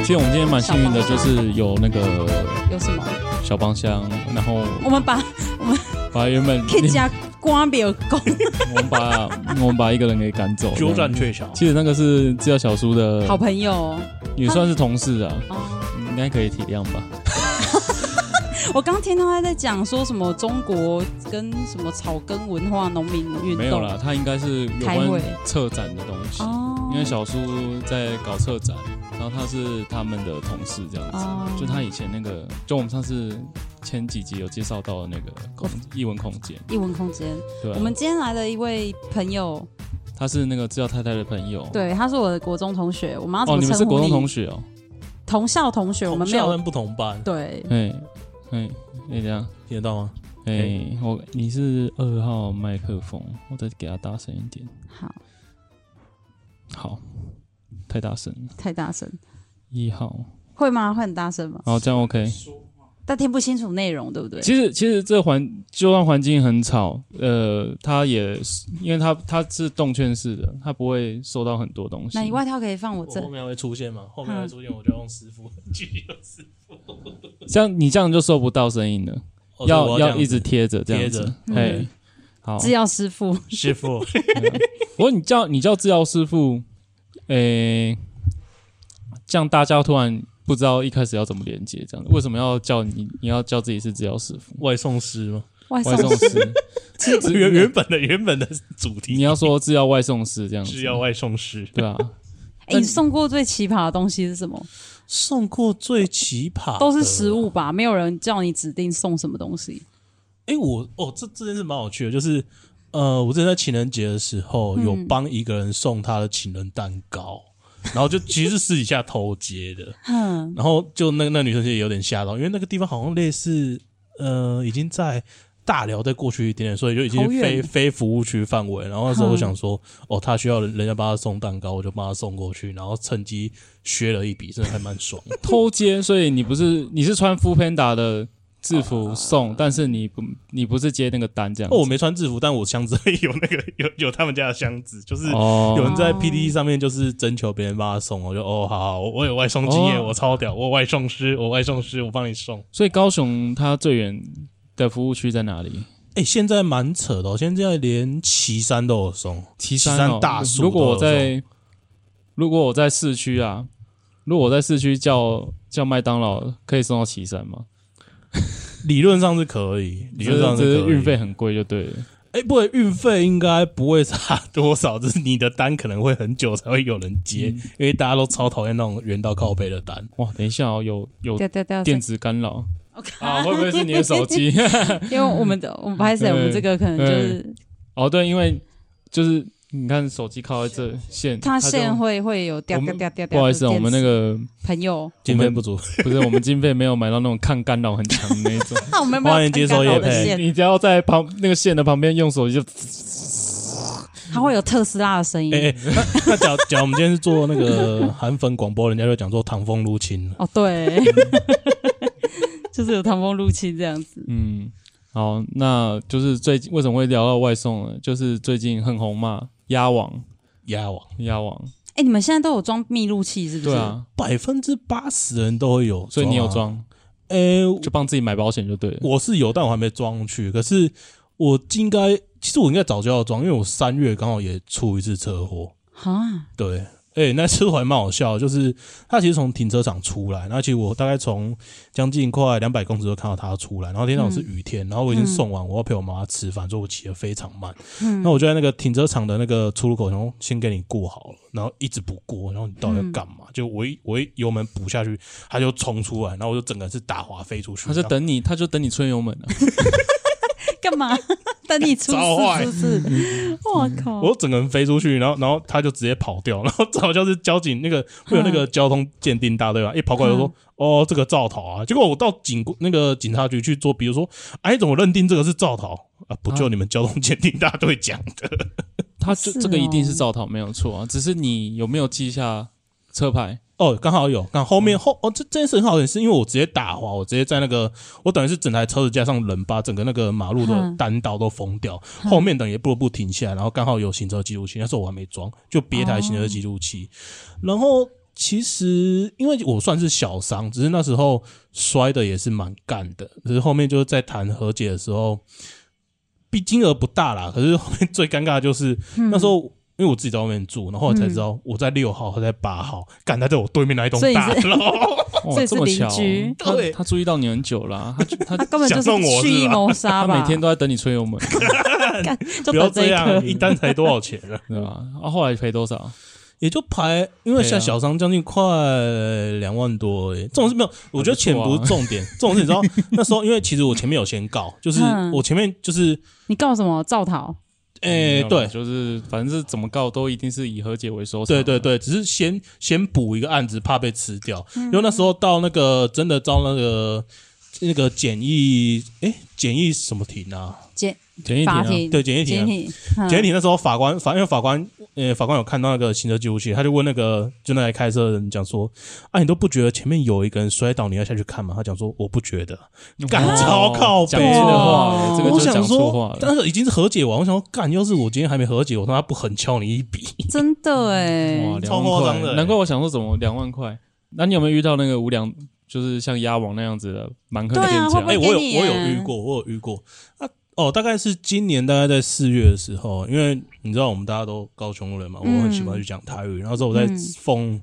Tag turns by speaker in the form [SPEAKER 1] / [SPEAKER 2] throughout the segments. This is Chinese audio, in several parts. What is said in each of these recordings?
[SPEAKER 1] 其实我们今天蛮幸运的，就是有那个
[SPEAKER 2] 有什么？
[SPEAKER 1] 小帮箱，然后
[SPEAKER 2] 我们把
[SPEAKER 1] 把原本
[SPEAKER 2] K 加关表公，
[SPEAKER 1] 我们把我们把一个人给赶走。
[SPEAKER 3] 鸠占鹊巢。
[SPEAKER 1] 其实那个是制药小叔的
[SPEAKER 2] 好朋友
[SPEAKER 1] 也算是同事啊，
[SPEAKER 2] 哦。
[SPEAKER 1] 应该可以体谅吧？
[SPEAKER 2] 我刚听到他在讲说什么中国跟什么草根文化、农民运动，
[SPEAKER 1] 没有啦，他应该是有
[SPEAKER 2] 开
[SPEAKER 1] 关
[SPEAKER 2] 会
[SPEAKER 1] 策展的东西，
[SPEAKER 2] 哦，
[SPEAKER 1] 因为小叔在搞策展，然后他是他们的同事这样子。
[SPEAKER 2] 哦，
[SPEAKER 1] 就他以前那个，就我们上次前几集有介绍到的那个空译文空间，
[SPEAKER 2] 一文空间。
[SPEAKER 1] 对、啊，
[SPEAKER 2] 我们今天来了一位朋友，
[SPEAKER 1] 他是那个制药太太的朋友，，
[SPEAKER 2] 对，他是我的国中同学，我们要怎
[SPEAKER 1] 哦，
[SPEAKER 2] 么
[SPEAKER 1] 你们
[SPEAKER 2] 称
[SPEAKER 1] 是
[SPEAKER 2] 呼
[SPEAKER 1] 国中同学哦，
[SPEAKER 2] 同校同学，我们没
[SPEAKER 3] 同校
[SPEAKER 2] 有
[SPEAKER 3] 跟不同班，
[SPEAKER 2] 对，
[SPEAKER 1] 哎哎哎这样，
[SPEAKER 3] 听得到吗？
[SPEAKER 1] 哎、我你是二号麦克风，我再给他大声一点，
[SPEAKER 2] 好，
[SPEAKER 1] 好，太大声了，
[SPEAKER 2] 太大声，
[SPEAKER 1] 一号，
[SPEAKER 2] 会吗？会很大声吗？
[SPEAKER 1] 好，这样 OK。
[SPEAKER 2] 但听不清楚内容，对不对？
[SPEAKER 1] 哦其实其实这环就算环境很吵，呃，它也是因为它它是动圈式的，它不会收到很多东西。
[SPEAKER 2] 那你外套可以放我
[SPEAKER 3] 我
[SPEAKER 2] 这
[SPEAKER 3] 后，面会出现吗？后面会出现，我就用师傅继续用师
[SPEAKER 1] 像你这样就收不到声音了，
[SPEAKER 3] 傅。
[SPEAKER 1] 要要一
[SPEAKER 3] 直
[SPEAKER 1] 直贴着这样
[SPEAKER 3] 贴
[SPEAKER 1] 子
[SPEAKER 3] 着。
[SPEAKER 2] 嗯
[SPEAKER 1] 哎，好，
[SPEAKER 2] 制药师傅，
[SPEAKER 3] 师傅，
[SPEAKER 1] 不过你叫你叫制药师傅，诶、这样大家突然不知道一开始要怎么连接，这样为什么要叫你？你要叫自己是制药师傅、
[SPEAKER 3] 外送师吗？
[SPEAKER 2] 外
[SPEAKER 1] 外送师？
[SPEAKER 3] 这原原本的原本的主
[SPEAKER 1] 你
[SPEAKER 3] 题
[SPEAKER 1] 要说制药外送师这样子
[SPEAKER 3] 是，要外送师。
[SPEAKER 1] 对啊，
[SPEAKER 2] 哎，你送过最奇葩的东西是什么？
[SPEAKER 3] 送过最奇葩
[SPEAKER 2] 都是食。物吧，没有人叫你指定送什么东西。
[SPEAKER 3] 哎，我哦，这这件事蛮有趣的，就是呃，我之前在情人节的时候
[SPEAKER 2] 嗯
[SPEAKER 3] 有帮一个人送他的情人蛋糕，然后就其实是私底下偷接的。
[SPEAKER 2] 哼，
[SPEAKER 3] 然后就那那女生其实有点吓到，因为那个地方好像类似呃已经在大寮再过去一点点，所以就已经
[SPEAKER 2] 好远
[SPEAKER 3] 非非服务区范围。然后那时候我想说，哦，他需要人人家帮他送蛋糕，我就帮他送过去，然后趁机削了一笔，真的还蛮爽。
[SPEAKER 1] 偷接，所以你不是你是穿 Food Panda 的制服送，但是你不你不是接那个单这样子
[SPEAKER 3] 啊哦，我没穿制服，但我箱子里有那个有有他们家的箱子，就是。
[SPEAKER 1] 哦
[SPEAKER 3] 有人在 PDE 上面就是征求别人帮他送，我就哦好好，我我有外送经验，
[SPEAKER 1] 哦
[SPEAKER 3] 我超屌，我有外送师，我外送师，我帮你送。
[SPEAKER 1] 所以高雄它最远的服务区在哪里？
[SPEAKER 3] 哎、现在蛮扯的、哦，现在连岐山都有送，
[SPEAKER 1] 岐
[SPEAKER 3] 山
[SPEAKER 1] 山、哦、
[SPEAKER 3] 大树
[SPEAKER 1] 如果我
[SPEAKER 3] 都有
[SPEAKER 1] 在如果我在市区啊，如果我在市区叫叫麦当劳，可以送到岐山吗？
[SPEAKER 3] 理论上是可 以，理论上
[SPEAKER 1] 只
[SPEAKER 3] 是
[SPEAKER 1] 是
[SPEAKER 3] 可以。
[SPEAKER 1] 运费，很贵就对了。
[SPEAKER 3] 哎、不过运费应该不会差多少，只是你的单可能会很久才会有人接，因为大家都超讨厌那种圆到靠背的单。
[SPEAKER 1] 哇，等一下哦，有有
[SPEAKER 2] 对对对，
[SPEAKER 1] 电子干扰
[SPEAKER 2] OK
[SPEAKER 1] 啊？会不会是你的手？机？
[SPEAKER 2] 因为我们的我们拍摄，我们这个可能就是
[SPEAKER 1] 哦，对，因为就是你看手机靠在这线，
[SPEAKER 2] 它
[SPEAKER 1] 就
[SPEAKER 2] 线会会有掉
[SPEAKER 1] 我
[SPEAKER 2] 掉
[SPEAKER 1] 们
[SPEAKER 2] 掉掉掉。
[SPEAKER 1] 不好意思哦，我们那个
[SPEAKER 2] 朋友，
[SPEAKER 3] 经费不足，
[SPEAKER 1] 不是我们经费没有买到那种抗干扰很强的那一 种。
[SPEAKER 2] 那我们有没有
[SPEAKER 3] 欢迎接收
[SPEAKER 2] 参
[SPEAKER 3] 业
[SPEAKER 2] 考的
[SPEAKER 3] 配
[SPEAKER 2] 线
[SPEAKER 1] 你只要在旁那个线的旁边用手机就，
[SPEAKER 2] 它会有特斯拉的声音。
[SPEAKER 3] 哎、哎，那 那假假如我们今天是做那个 韩粉广播，人家就讲说唐风入侵了。
[SPEAKER 2] 哦，对， 就是有唐风入侵这样子。
[SPEAKER 1] 嗯，好，那就是最近为什么会聊到外送呢？就是最近很红嘛，鸭王，
[SPEAKER 3] 鸭王
[SPEAKER 1] 鸭王，
[SPEAKER 2] 哎、你们现在都有装密录器是不是？
[SPEAKER 1] 对啊，
[SPEAKER 3] 百分之八十人都会有，
[SPEAKER 1] 所以你有
[SPEAKER 3] 啊？
[SPEAKER 1] 装，
[SPEAKER 3] 哎、
[SPEAKER 1] 就帮自己买保险就对了。
[SPEAKER 3] 我是有，但我还没装上去。可是我应该，其实我应该早就要装，因为我三月刚好也出一次车祸。
[SPEAKER 2] 啊，
[SPEAKER 3] 对，哎、那次还蛮好笑的，就是他其实从停车场出来，那其实我大概从将近快两百公尺就看到他出来，然后那天早上是雨天，然后我已经送完，我要陪我妈吃饭，所以我骑得非常慢。那我就在那个停车场的那个出入口，然后先给你过好了，然后一直不过，然后你到底要干嘛？就我一我一油门补下去，他就冲出来，然后我就整个人是打滑飞出去，
[SPEAKER 1] 他就等你，他就等你吹油门了。
[SPEAKER 2] 哎干嘛？ 等你出
[SPEAKER 3] 超
[SPEAKER 2] 事
[SPEAKER 3] 坏
[SPEAKER 2] 是不是？我靠！
[SPEAKER 3] 我整个人飞出去，然后然后他就直接跑掉，然后正好就是交警那个会有那个交通鉴定大队嘛，一跑过来就说、哦这个肇逃啊，结果我到警那个警察局去做，比如说哎怎么认定这个是肇逃啊？不就你们交通鉴定大队讲的？
[SPEAKER 1] 他就是这个一定是
[SPEAKER 2] 哦
[SPEAKER 1] 造逃没有错啊，只是你有没有记下车牌？
[SPEAKER 3] 哦，刚好有，刚好后面后哦，这这件事很好，也是因为我直接打滑，我直接在那个，我等于是整台车子加上人，把整个那个马路的
[SPEAKER 2] 嗯
[SPEAKER 3] 单道都封掉，后面等也不得不停下来，然后刚好有行车记录器，那时候我还没装，就别台行车记录器，然后其实因为我算是小伤，只是那时候摔的也是蛮干的，只是后面就是在谈和解的时候，毕金额不大啦。可是后面最尴尬的就是、
[SPEAKER 2] 嗯
[SPEAKER 3] 那时候，因为我自己在外面住，然后我才知道我在六号，他在八号，干他在我对面那一栋
[SPEAKER 2] 所以
[SPEAKER 3] 大
[SPEAKER 2] 是
[SPEAKER 3] 楼。
[SPEAKER 2] 所
[SPEAKER 1] 哇，
[SPEAKER 2] 以是
[SPEAKER 1] 这么巧哦
[SPEAKER 2] 邻居，
[SPEAKER 1] 他
[SPEAKER 3] 对
[SPEAKER 1] 他注意到你很久了，啊他 他
[SPEAKER 2] 他根本就
[SPEAKER 3] 想弄我是吧
[SPEAKER 2] 蓄意谋杀
[SPEAKER 1] 他
[SPEAKER 2] 吧？
[SPEAKER 1] 每天都在等你吹油门，
[SPEAKER 2] 就
[SPEAKER 3] 不要
[SPEAKER 2] 等这
[SPEAKER 3] 这
[SPEAKER 2] 一颗
[SPEAKER 3] 样，，一单才多少钱啊？
[SPEAKER 1] 对吧？啊，后来赔多少？
[SPEAKER 3] 也就排，因为
[SPEAKER 1] 对
[SPEAKER 3] 像
[SPEAKER 1] 啊
[SPEAKER 3] 小伤将近快两万多而已，这种是没有，我觉得钱不啊是重点，这种是你知道那时候，因为其实我前面有先告，就是
[SPEAKER 2] 嗯
[SPEAKER 3] 我前面就是，
[SPEAKER 2] 你告什么？造逃？
[SPEAKER 1] 嗯没
[SPEAKER 3] 诶、
[SPEAKER 1] 有啦
[SPEAKER 3] 哎对
[SPEAKER 1] 就是反正是怎么告都一定是以和解为收场。
[SPEAKER 3] 对对，对，只是先先补一个案子，怕被吃掉，因为那时候到那个真的到那个那个简易，诶、简易什么庭啊？
[SPEAKER 2] 检
[SPEAKER 1] 简易庭
[SPEAKER 2] 法
[SPEAKER 1] 啊，
[SPEAKER 2] 庭？嗯
[SPEAKER 3] 对，简易庭、
[SPEAKER 2] 检
[SPEAKER 3] 啊。
[SPEAKER 2] 体？
[SPEAKER 3] 简易庭那时候法官法因为法官呃法官有看到那个行车记录器，他就问那个就那台开车的人讲说啊你都不觉得前面有一个人摔倒你要下去看吗？他讲说我不觉得，干
[SPEAKER 1] 哦
[SPEAKER 3] 超靠
[SPEAKER 1] 讲
[SPEAKER 3] 北
[SPEAKER 1] 错
[SPEAKER 2] 的
[SPEAKER 1] 话了，这个
[SPEAKER 3] 我
[SPEAKER 1] 就
[SPEAKER 3] 想
[SPEAKER 1] 讲错
[SPEAKER 3] 说
[SPEAKER 1] 话，了。
[SPEAKER 3] 但是已经是和解完，我想说干要是我今天还没和解，我他妈不狠敲你一笔，
[SPEAKER 2] 真的哎、
[SPEAKER 1] 哇，
[SPEAKER 3] 超
[SPEAKER 1] 两
[SPEAKER 3] 夸
[SPEAKER 1] 万
[SPEAKER 3] 张
[SPEAKER 1] 块，
[SPEAKER 3] 的欸
[SPEAKER 1] 难怪我想说怎么两万块。那你有没有遇到那个无良，就是像鸭王那样子的蛮横
[SPEAKER 2] 对啊
[SPEAKER 1] 店
[SPEAKER 2] 会不
[SPEAKER 1] 家？
[SPEAKER 3] 哎、
[SPEAKER 2] 会
[SPEAKER 1] 哎
[SPEAKER 3] 我有
[SPEAKER 2] 给你
[SPEAKER 3] 我有
[SPEAKER 2] 耶
[SPEAKER 3] 遇过，我有遇过啊。哦，大概是今年大概在四月的时候，因为你知道我们大家都高雄人嘛，我
[SPEAKER 2] 嗯
[SPEAKER 3] 很喜欢去讲台语。然后之后我在
[SPEAKER 2] 嗯
[SPEAKER 3] 凤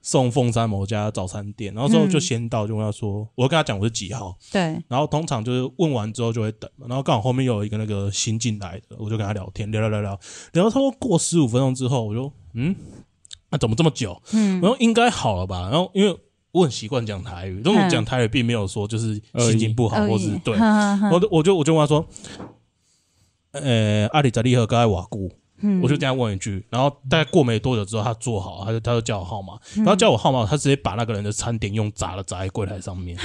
[SPEAKER 3] 送凤山某家早餐店，然后之后
[SPEAKER 2] 嗯
[SPEAKER 3] 就先到，就问他说，我跟他讲我是几号，
[SPEAKER 2] 对，
[SPEAKER 3] 然后通常就是问完之后就会等嘛，然后刚好后面又有一个那个新进来的，我就跟他聊天，聊聊聊聊，聊到差不多过十五分钟之后，我就嗯，啊怎么这么久？
[SPEAKER 2] 嗯
[SPEAKER 3] 然后应该好了吧？然后因为我很习惯讲台语，但我
[SPEAKER 2] 嗯
[SPEAKER 3] 讲台语并没有说就是心情不好
[SPEAKER 2] 恶
[SPEAKER 3] 或
[SPEAKER 2] 意嗯
[SPEAKER 3] 是对，
[SPEAKER 2] 哦哈哈哈
[SPEAKER 3] 我就我就我就问他说，呃，阿里扎利和高爱瓦固，
[SPEAKER 2] 嗯
[SPEAKER 3] 我就这样问一句，然后大概过没多久之后，他坐好，他就他就叫我号码，然后叫我号码，他直接把那个人的餐点用砸了砸在柜台上面。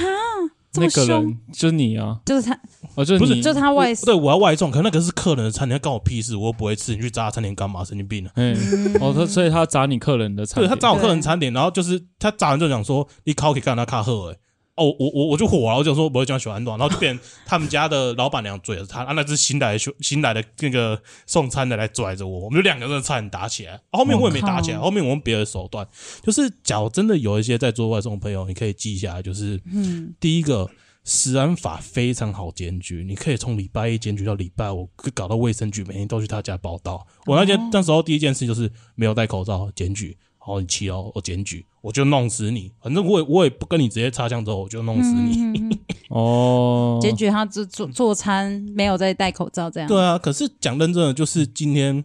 [SPEAKER 2] 这么
[SPEAKER 1] 那个
[SPEAKER 2] 凶，
[SPEAKER 1] 人就是你啊，
[SPEAKER 2] 就是他，
[SPEAKER 1] 哦，就是
[SPEAKER 3] 不是
[SPEAKER 1] 你
[SPEAKER 2] 就是他外
[SPEAKER 3] 我对，我要外送，可那个是客人的餐点，干我屁事，我又不会吃，你去砸他餐点干嘛？神经病啊！
[SPEAKER 1] 哎，
[SPEAKER 2] 嗯
[SPEAKER 1] 哦，他所以他砸你客人的餐
[SPEAKER 3] 对
[SPEAKER 1] 点，
[SPEAKER 3] 他砸我客人餐点，然后就是他砸完就讲说你烤可以干他卡喝哎。哦，我我我我就火了，我就说我会讲喜欢暖，然后就变成他们家的老板娘追着他，啊，那只新来的兄新来的那个送餐的来拽着我，我们就两个人差点打起来。后面我也没打起来，
[SPEAKER 2] 我
[SPEAKER 3] 后面我用别的手段，就是假如真的有一些在做外送的朋友，你可以记下来，就是
[SPEAKER 2] 嗯，
[SPEAKER 3] 第一个，食安法非常好检举，你可以从礼拜一检举到礼拜五，搞到卫生局每天都去他家报道。我那天、那时候第一件事就是没有戴口罩检举，好你骑哦，我检举，我就弄死你，反正我也我也不跟你直接擦枪走火，我就弄死
[SPEAKER 2] 嗯
[SPEAKER 3] 你。
[SPEAKER 1] 哦，
[SPEAKER 2] 检举他做做做餐没有在戴口罩这样，
[SPEAKER 3] 对啊，可是讲认真的，就是今天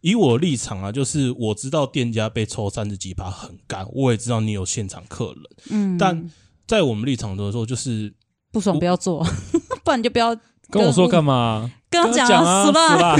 [SPEAKER 3] 以我立场啊，就是我知道店家被抽三十几趴很干，我也知道你有现场客人，
[SPEAKER 2] 嗯，
[SPEAKER 3] 但在我们立场的时候，就是
[SPEAKER 2] 不爽不要做， 不然你就不要
[SPEAKER 1] 跟我说干嘛？
[SPEAKER 2] 跟他讲
[SPEAKER 1] 跟
[SPEAKER 2] 啊，
[SPEAKER 1] 死
[SPEAKER 2] 死啦！
[SPEAKER 1] 啦！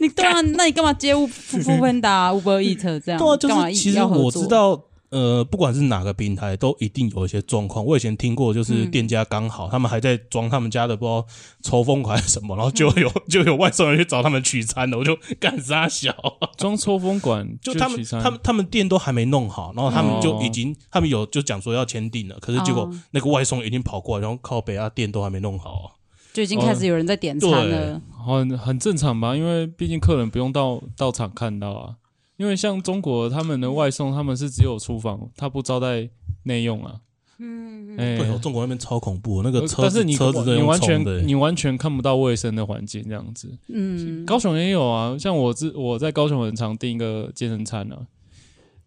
[SPEAKER 2] 你对啊，那你干嘛接 Uber Panda、Uber Eat 这样？
[SPEAKER 3] 对啊，就
[SPEAKER 2] 干嘛
[SPEAKER 3] 是其实
[SPEAKER 2] 要合
[SPEAKER 3] 我
[SPEAKER 2] 作
[SPEAKER 3] 知，道，呃，不管是哪个平台，都一定有一些状况。我以前听过，就是
[SPEAKER 2] 嗯
[SPEAKER 3] 店家刚好、他们还在装他们家的不知道抽风款还是什么，然后就有、就有外送人去找他们取餐了，我就 干啥小， 啊
[SPEAKER 1] 装抽风管
[SPEAKER 3] 就他们
[SPEAKER 1] 取餐
[SPEAKER 3] 他们他们店都还没弄好，然后他们就
[SPEAKER 1] 哦
[SPEAKER 3] 已经、他们有就讲说要签订了，可是结果
[SPEAKER 2] 哦
[SPEAKER 3] 那个外送已经跑过来，然后靠北啊店都还没弄好啊、
[SPEAKER 2] 就已经开始有人在点餐
[SPEAKER 3] 呃
[SPEAKER 2] 了，
[SPEAKER 1] 很很正常吧，因为毕竟客人不用到到场看到啊。因为像中国他们的外送，他们是只有厨房，他不招待内用啊。嗯，哎、呃
[SPEAKER 3] 对哦，中国那边超恐怖，哦那个车
[SPEAKER 1] 但
[SPEAKER 3] 子
[SPEAKER 1] 是你
[SPEAKER 3] 车子都
[SPEAKER 1] 你
[SPEAKER 3] 用
[SPEAKER 1] 完
[SPEAKER 3] 冲的、欸
[SPEAKER 1] 全你完全看不到卫生的环境这样子。
[SPEAKER 2] 嗯，
[SPEAKER 1] 高雄也有啊，像我之我在高雄很常订一个健身餐啊，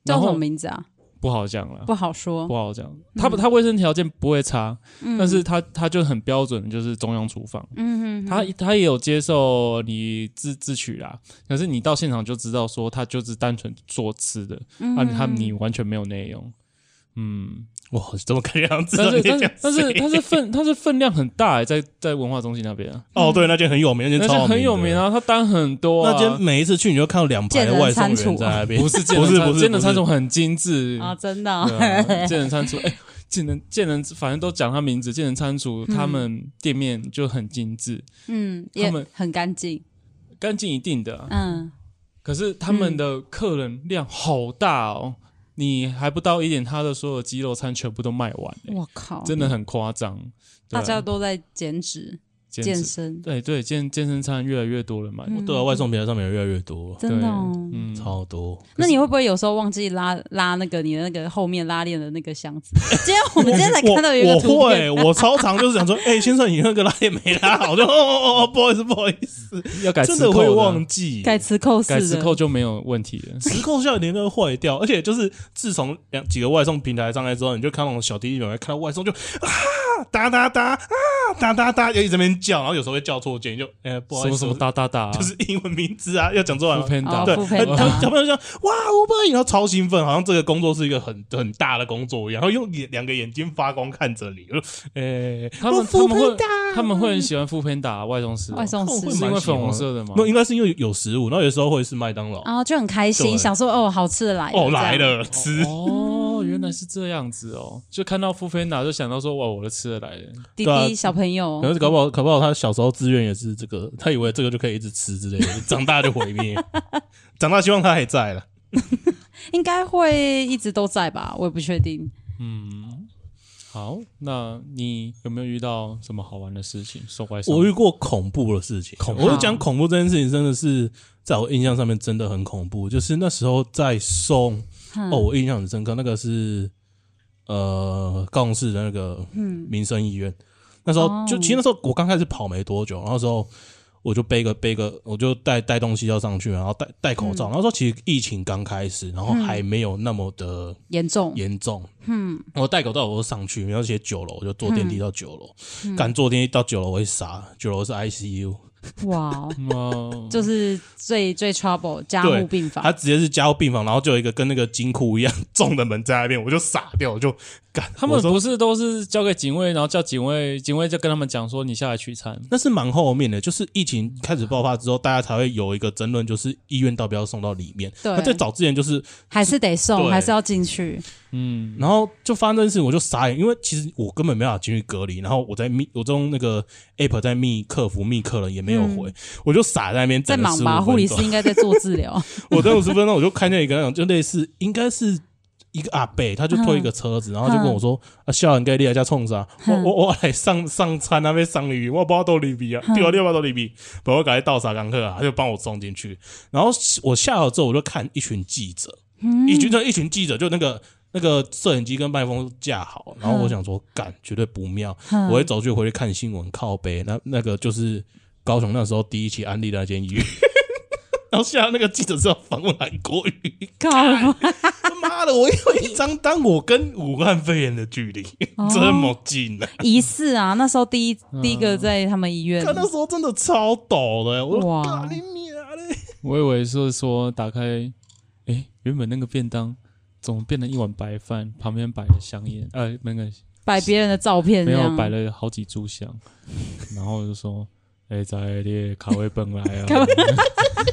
[SPEAKER 2] 叫
[SPEAKER 1] 然
[SPEAKER 2] 什
[SPEAKER 1] 后
[SPEAKER 2] 么名字啊？
[SPEAKER 1] 不好讲了，
[SPEAKER 2] 不好说
[SPEAKER 1] 不，好讲。它不它卫生条件不会差，但是它它就很标准，就是中央厨房。
[SPEAKER 2] 嗯
[SPEAKER 1] 他他也有接受你自自取啦，可是你到现场就知道说他就是单纯做吃的，
[SPEAKER 2] 嗯
[SPEAKER 1] 啊，他你完全没有内容， 嗯，
[SPEAKER 3] 哇，怎么感觉像知道
[SPEAKER 1] 但是
[SPEAKER 3] 你在
[SPEAKER 1] 但
[SPEAKER 3] 讲
[SPEAKER 1] 是但是
[SPEAKER 3] 谁
[SPEAKER 1] 但是分它是分量很大、欸，在在文化中心那边啊，
[SPEAKER 3] 哦，对，那间很有名，那
[SPEAKER 1] 那
[SPEAKER 3] 间超
[SPEAKER 1] 是很有
[SPEAKER 3] 的欸
[SPEAKER 1] 名啊，它单很多
[SPEAKER 3] 那
[SPEAKER 1] 啊，
[SPEAKER 3] 间每一次去，你就看到两排的外送员在那边，
[SPEAKER 1] 不 是
[SPEAKER 3] 不是不是
[SPEAKER 1] 真的餐
[SPEAKER 3] 不
[SPEAKER 1] 厨很精致
[SPEAKER 2] 啊，真的啊，
[SPEAKER 1] 对啊，健人餐厨，哎、健人健人反正都讲他名字，健人餐厨他们店面就很精致，
[SPEAKER 2] 嗯，也
[SPEAKER 1] 他们
[SPEAKER 2] 很干净，
[SPEAKER 1] 干净一定的啊、
[SPEAKER 2] 嗯，
[SPEAKER 1] 可是他们的客人量好大哦，你还不到一点，他的所有鸡肉餐全部都卖完、欸，
[SPEAKER 2] 我靠，
[SPEAKER 1] 真的很夸张。对
[SPEAKER 2] 大
[SPEAKER 1] 啊
[SPEAKER 2] 家都在减脂，
[SPEAKER 1] 健
[SPEAKER 2] 健
[SPEAKER 1] 身
[SPEAKER 2] 身，
[SPEAKER 1] 对对健健身餐越来越多人买，
[SPEAKER 2] 嗯
[SPEAKER 3] 对啊，外送平台上面有越来越多，
[SPEAKER 1] 对
[SPEAKER 2] 真的哦。
[SPEAKER 1] 嗯，
[SPEAKER 3] 超多。
[SPEAKER 2] 那你会不会有时候忘记拉拉那个你的那个后面拉链的那个箱子？ 今天我们今天才看到有一
[SPEAKER 3] 我
[SPEAKER 2] 个
[SPEAKER 3] 我
[SPEAKER 2] 图片，
[SPEAKER 3] 会，我超常就是想说， 哎，先生，你那个拉链没拉好，我就哦哦哦，不好意思，不好意思，
[SPEAKER 1] 要改
[SPEAKER 3] 真
[SPEAKER 1] 磁
[SPEAKER 3] 的
[SPEAKER 1] 扣
[SPEAKER 3] 会
[SPEAKER 1] 啊
[SPEAKER 3] 忘记。
[SPEAKER 2] 改磁扣式
[SPEAKER 1] 改
[SPEAKER 2] 的，
[SPEAKER 1] 磁扣就没有问题了。
[SPEAKER 3] 磁扣效连都会坏掉，而且就是自从两几个外送平台上来之后，你就看那种小弟弟表妹看到外送就啊哒哒哒啊哒哒哒，就一直在那边叫，然后有时候会叫错键，就哎、不好
[SPEAKER 1] 什
[SPEAKER 3] 意
[SPEAKER 1] 么
[SPEAKER 3] 思，
[SPEAKER 1] 什么哒哒哒啊，
[SPEAKER 3] 就是英文名字啊，要讲错
[SPEAKER 1] 不
[SPEAKER 3] 啊。
[SPEAKER 1] 偏打
[SPEAKER 2] 哦
[SPEAKER 3] 对，
[SPEAKER 2] Foodpanda
[SPEAKER 3] 他他小朋友就说哇，Uber，Eats，然后超兴奋，好像这个工作是一个很很大的工作一样，然后用眼两个眼睛发光看着你，呃，
[SPEAKER 1] 他们
[SPEAKER 3] 我 Foodpanda
[SPEAKER 1] 他们会
[SPEAKER 3] 啊
[SPEAKER 1] 他们会很喜欢副偏打外送师哦，
[SPEAKER 2] 外送
[SPEAKER 3] 哦会
[SPEAKER 1] 是
[SPEAKER 2] 师
[SPEAKER 1] 因为
[SPEAKER 3] 蛮喜
[SPEAKER 1] 粉
[SPEAKER 3] 欢
[SPEAKER 1] 红色的吗？
[SPEAKER 3] 那应该是因为有食物，然后有时候会是麦当劳，
[SPEAKER 1] 哦
[SPEAKER 2] 然哦后就很开心，
[SPEAKER 3] 对
[SPEAKER 2] 想说哦，好吃的来
[SPEAKER 3] 哦来
[SPEAKER 2] 这样
[SPEAKER 3] 了吃，
[SPEAKER 1] 哦，原来是这样子哦，就看到副偏打就想到说哇，我的吃的来了，
[SPEAKER 2] 弟
[SPEAKER 3] 对
[SPEAKER 2] 弟
[SPEAKER 3] 啊
[SPEAKER 2] 小朋友
[SPEAKER 1] 哦
[SPEAKER 3] 可，能搞不好，搞不好他小时候志愿也是这个，他以为这个就可以一直吃之类的，长大就毁灭。 长大希望他还在了。
[SPEAKER 2] 应该会一直都在吧？我也不确定。
[SPEAKER 1] 嗯。好，那你有没有遇到什么好玩的事情？受外送
[SPEAKER 3] 我遇过恐怖的事情，
[SPEAKER 1] 恐怖
[SPEAKER 3] 我就讲恐怖这件事情真的是在我印象上面真的很恐
[SPEAKER 1] 嗯
[SPEAKER 3] 怖。就是那时候在送
[SPEAKER 2] 哼
[SPEAKER 3] 哦，，我印象很深刻，那个是呃高雄市的那个民生医院，那时候就
[SPEAKER 2] 哦
[SPEAKER 3] 其实那时候我刚开始跑没多久，然后那时候我就背个背个，我就带带东西要上去嘛，然后戴戴口罩，然后说其实疫情刚开始，然后还没有那么的
[SPEAKER 2] 严重，
[SPEAKER 3] 严重，嗯，我戴口罩我就上去，然后写九楼，我就坐电梯到九楼，敢坐电梯到九楼我会傻，九楼是 ICU，
[SPEAKER 2] 哇哦，
[SPEAKER 1] 哦，
[SPEAKER 2] 就是最最 trouble 加
[SPEAKER 3] 嗯对
[SPEAKER 2] 护病
[SPEAKER 3] 他
[SPEAKER 2] 房，
[SPEAKER 3] 直接是加入病房，然后就有一个跟那个金库一样重的门在那边，我就傻掉，我就敢
[SPEAKER 1] 他们不是都是交给警卫，然后叫警卫，警卫就跟他们讲说你下来取餐。
[SPEAKER 3] 那是蛮后面的，就是疫情开始爆发之后，大家才会有一个争论，就是医院到底要送到里面。
[SPEAKER 2] 对
[SPEAKER 3] 那在早之前就是，
[SPEAKER 2] 还是得送，
[SPEAKER 3] 对
[SPEAKER 2] 还是要进去。
[SPEAKER 1] 嗯，
[SPEAKER 3] 然后就发生这件事，我就傻眼，因为其实我根本没办法进去隔离，然后我在密，我用那个 app 在密客服密客人也没有回，我就傻在那边
[SPEAKER 2] 在
[SPEAKER 3] 等了
[SPEAKER 2] 忙
[SPEAKER 3] 十五
[SPEAKER 2] 吧，护
[SPEAKER 3] 分
[SPEAKER 2] 理师
[SPEAKER 3] 钟。
[SPEAKER 2] 应该在做治疗。
[SPEAKER 3] 我等五十分钟，我就看见一个那种就类似应该是。一个阿伯，他就推一个车子，然后就跟我说：“啊，笑人该你来家冲啥？我
[SPEAKER 2] 嗯
[SPEAKER 3] 我我来上上餐啊，被上礼我不知道多礼比啊，
[SPEAKER 2] 嗯
[SPEAKER 3] 对啊，六百多礼比，把我赶快倒啥港客啊，他就帮我送进去。然后我下楼之后，我就看一群记者，一群这一群记者，就那个那个摄影机跟麦克风架好，然后我想说，干绝对不妙，
[SPEAKER 2] 嗯
[SPEAKER 3] 我会走去回去看新闻靠背，那那个就是高雄那时候第一期安利的那间医 院。然后下来那个记者是要访问韩国瑜，
[SPEAKER 2] 靠，
[SPEAKER 3] 他妈的，我有一张当我跟武汉肺炎的距离、
[SPEAKER 2] 哦
[SPEAKER 3] 这么近呢、
[SPEAKER 2] 疑似啊，那时候第一第一
[SPEAKER 3] 嗯
[SPEAKER 2] 个在他们医院，
[SPEAKER 3] 看那时候真的超抖的、我
[SPEAKER 2] 哇
[SPEAKER 3] 说干你娘嘞！
[SPEAKER 1] 我以为是说打开，诶，原本那个便当怎么变成一碗白饭，旁边摆了香烟，呃，那个
[SPEAKER 2] 摆别人的照片，
[SPEAKER 1] 没
[SPEAKER 2] 这
[SPEAKER 1] 有
[SPEAKER 2] 样
[SPEAKER 1] 摆了好几炷香， 然后我就说，诶，在列卡位本来啊，
[SPEAKER 2] 卡位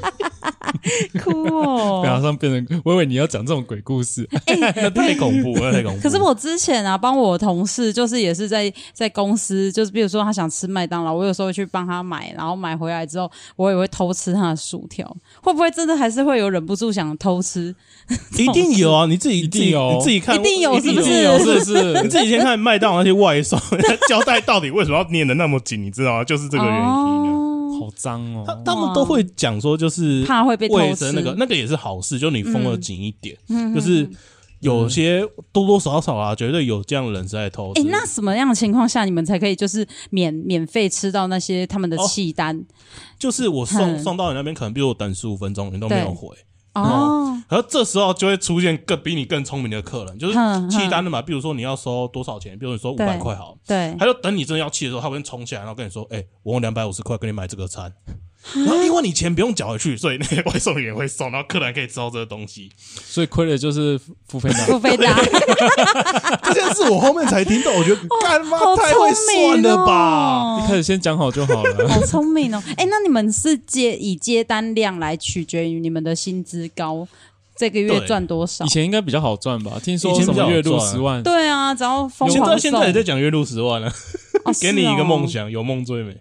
[SPEAKER 2] 哭
[SPEAKER 1] 马
[SPEAKER 3] 啊
[SPEAKER 2] 哦。
[SPEAKER 1] 上变成，我以为你要讲这种鬼故事，
[SPEAKER 3] 那太恐怖了，那太恐怖了。
[SPEAKER 2] 可是我之前啊，帮我同事就是也是在在公司，就是比如说他想吃麦当劳，我有时候会去帮他买，然后买回来之后，我也会偷吃他的薯条，会不会真的还是会有忍不住想偷吃？
[SPEAKER 3] 一定有啊，你自己
[SPEAKER 1] 一定有
[SPEAKER 3] 自己你自己看，
[SPEAKER 2] 一定有是 不
[SPEAKER 1] 一
[SPEAKER 2] 是
[SPEAKER 1] 定有哦是不是
[SPEAKER 3] 你？ 自己先看麦当劳那些外送胶带到底为什么要捏的那么紧，你知道吗？就是这个原因啊。
[SPEAKER 2] 哦，
[SPEAKER 1] 好脏
[SPEAKER 3] 他
[SPEAKER 1] 哦，
[SPEAKER 3] 他们都会讲说，就是
[SPEAKER 2] 怕会被偷
[SPEAKER 3] 卫
[SPEAKER 2] 吃
[SPEAKER 3] 生那个那个也是好事，就你封的紧一点，
[SPEAKER 2] 嗯
[SPEAKER 3] 就是有些多多少少啊，绝对有这样的人是在偷吃
[SPEAKER 2] 哎、。那什么样的情况下你们才可以就是免免费吃到那些他们
[SPEAKER 3] 哦
[SPEAKER 2] 的契丹？
[SPEAKER 3] 就是我送
[SPEAKER 2] 嗯
[SPEAKER 3] 送到你那边，可能比如我等十五分钟，你都没有
[SPEAKER 2] 对
[SPEAKER 3] 回。
[SPEAKER 2] 哦，
[SPEAKER 3] 然后这时候就会出现更比你更聪明的客人，就是
[SPEAKER 2] 哼
[SPEAKER 3] 契单的嘛。比如说你要收多少钱，比如你说五百
[SPEAKER 2] 对
[SPEAKER 3] 块好了，
[SPEAKER 2] 对，
[SPEAKER 3] 他就等你真的要气的时候，他会冲起来，然后跟你说：“哎、我用两百五十块跟你买这个餐。”然后因为你钱不用缴回去，所以那个外送员会送，然后客人可以吃到这个东西。
[SPEAKER 1] 所以亏的就是付费 打。
[SPEAKER 2] 付费达
[SPEAKER 3] 这件事我后面才听到，我觉
[SPEAKER 2] 哦
[SPEAKER 3] 得干妈
[SPEAKER 2] 好
[SPEAKER 3] 太会
[SPEAKER 2] 聪
[SPEAKER 3] 算
[SPEAKER 2] 明
[SPEAKER 3] 了吧？
[SPEAKER 1] 一
[SPEAKER 2] 哦
[SPEAKER 1] 开。始先讲好就好了。
[SPEAKER 2] 好聪明哦！哎、那你们是接以接单量来取决于你们的薪资高，这个月
[SPEAKER 3] 对
[SPEAKER 2] 赚多少
[SPEAKER 1] 以？前应该比较好赚吧？听说
[SPEAKER 3] 以前
[SPEAKER 1] 什
[SPEAKER 3] 比较
[SPEAKER 1] 么
[SPEAKER 3] 好
[SPEAKER 1] 月入
[SPEAKER 3] 赚啊
[SPEAKER 1] 十万，
[SPEAKER 2] 对啊，只要疯
[SPEAKER 3] 现
[SPEAKER 2] 狂
[SPEAKER 3] 在
[SPEAKER 2] 送，
[SPEAKER 3] 现在也在讲月入十万了、
[SPEAKER 2] 哦
[SPEAKER 3] 给你一个梦
[SPEAKER 2] 是哦
[SPEAKER 3] 想，有梦最美。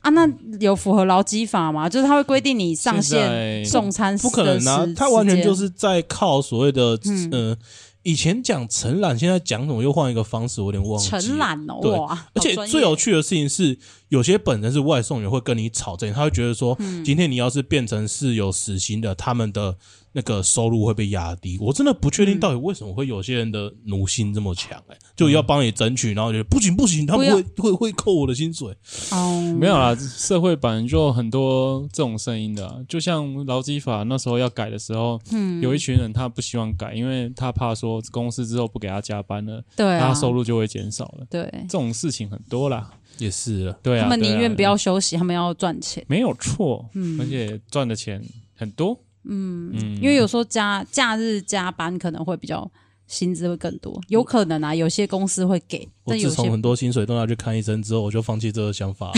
[SPEAKER 2] 啊！那有符合劳基法吗？就是他会规定你上
[SPEAKER 1] 现
[SPEAKER 2] 线
[SPEAKER 1] 在
[SPEAKER 2] 送餐
[SPEAKER 3] 不可能啊
[SPEAKER 2] 的时！
[SPEAKER 3] 他完全就
[SPEAKER 2] 时
[SPEAKER 3] 是在靠所谓的
[SPEAKER 2] 嗯
[SPEAKER 3] 呃，以前讲承揽，现在讲什么又换一个方式，我有点忘记。
[SPEAKER 2] 间承揽哦，
[SPEAKER 3] 对
[SPEAKER 2] 哇！
[SPEAKER 3] 而且
[SPEAKER 2] 好专业
[SPEAKER 3] 最有趣的事情是，有些本身是外送员会跟你吵这，他会觉得说，
[SPEAKER 2] 嗯
[SPEAKER 3] 今天你要是变成是有死刑的，他们的那个收入会被压低。我真的不确定到底为什么会有些人的奴性这么强，哎，就要帮你争取，然后觉得不行不行，他们
[SPEAKER 2] 嗯不
[SPEAKER 3] 会会会扣我的薪水。
[SPEAKER 2] 哦，
[SPEAKER 1] 没有啦，社会版就很多这种声音的啊、就像劳基法那时候要改的时候，
[SPEAKER 2] 嗯
[SPEAKER 1] 有一群人他不希望改，因为他怕说公司之后不给他加班了，
[SPEAKER 2] 对啊
[SPEAKER 1] 他，收入就会减少了。
[SPEAKER 2] 对
[SPEAKER 1] 这，种事情很多啦，
[SPEAKER 3] 也是了，
[SPEAKER 1] 对啊，
[SPEAKER 2] 他们
[SPEAKER 1] 对啊
[SPEAKER 2] 宁愿不要嗯休息，他们要赚钱。
[SPEAKER 1] 没有错，而且赚的钱很多，
[SPEAKER 3] 嗯
[SPEAKER 2] 因为有时候加假日加班可能会比较薪资会更多，有可能啊，有些公司会给，
[SPEAKER 3] 我
[SPEAKER 2] 但有
[SPEAKER 3] 自
[SPEAKER 2] 些
[SPEAKER 3] 从很多薪水都拿去看医生之后，我就放弃这个想 法了。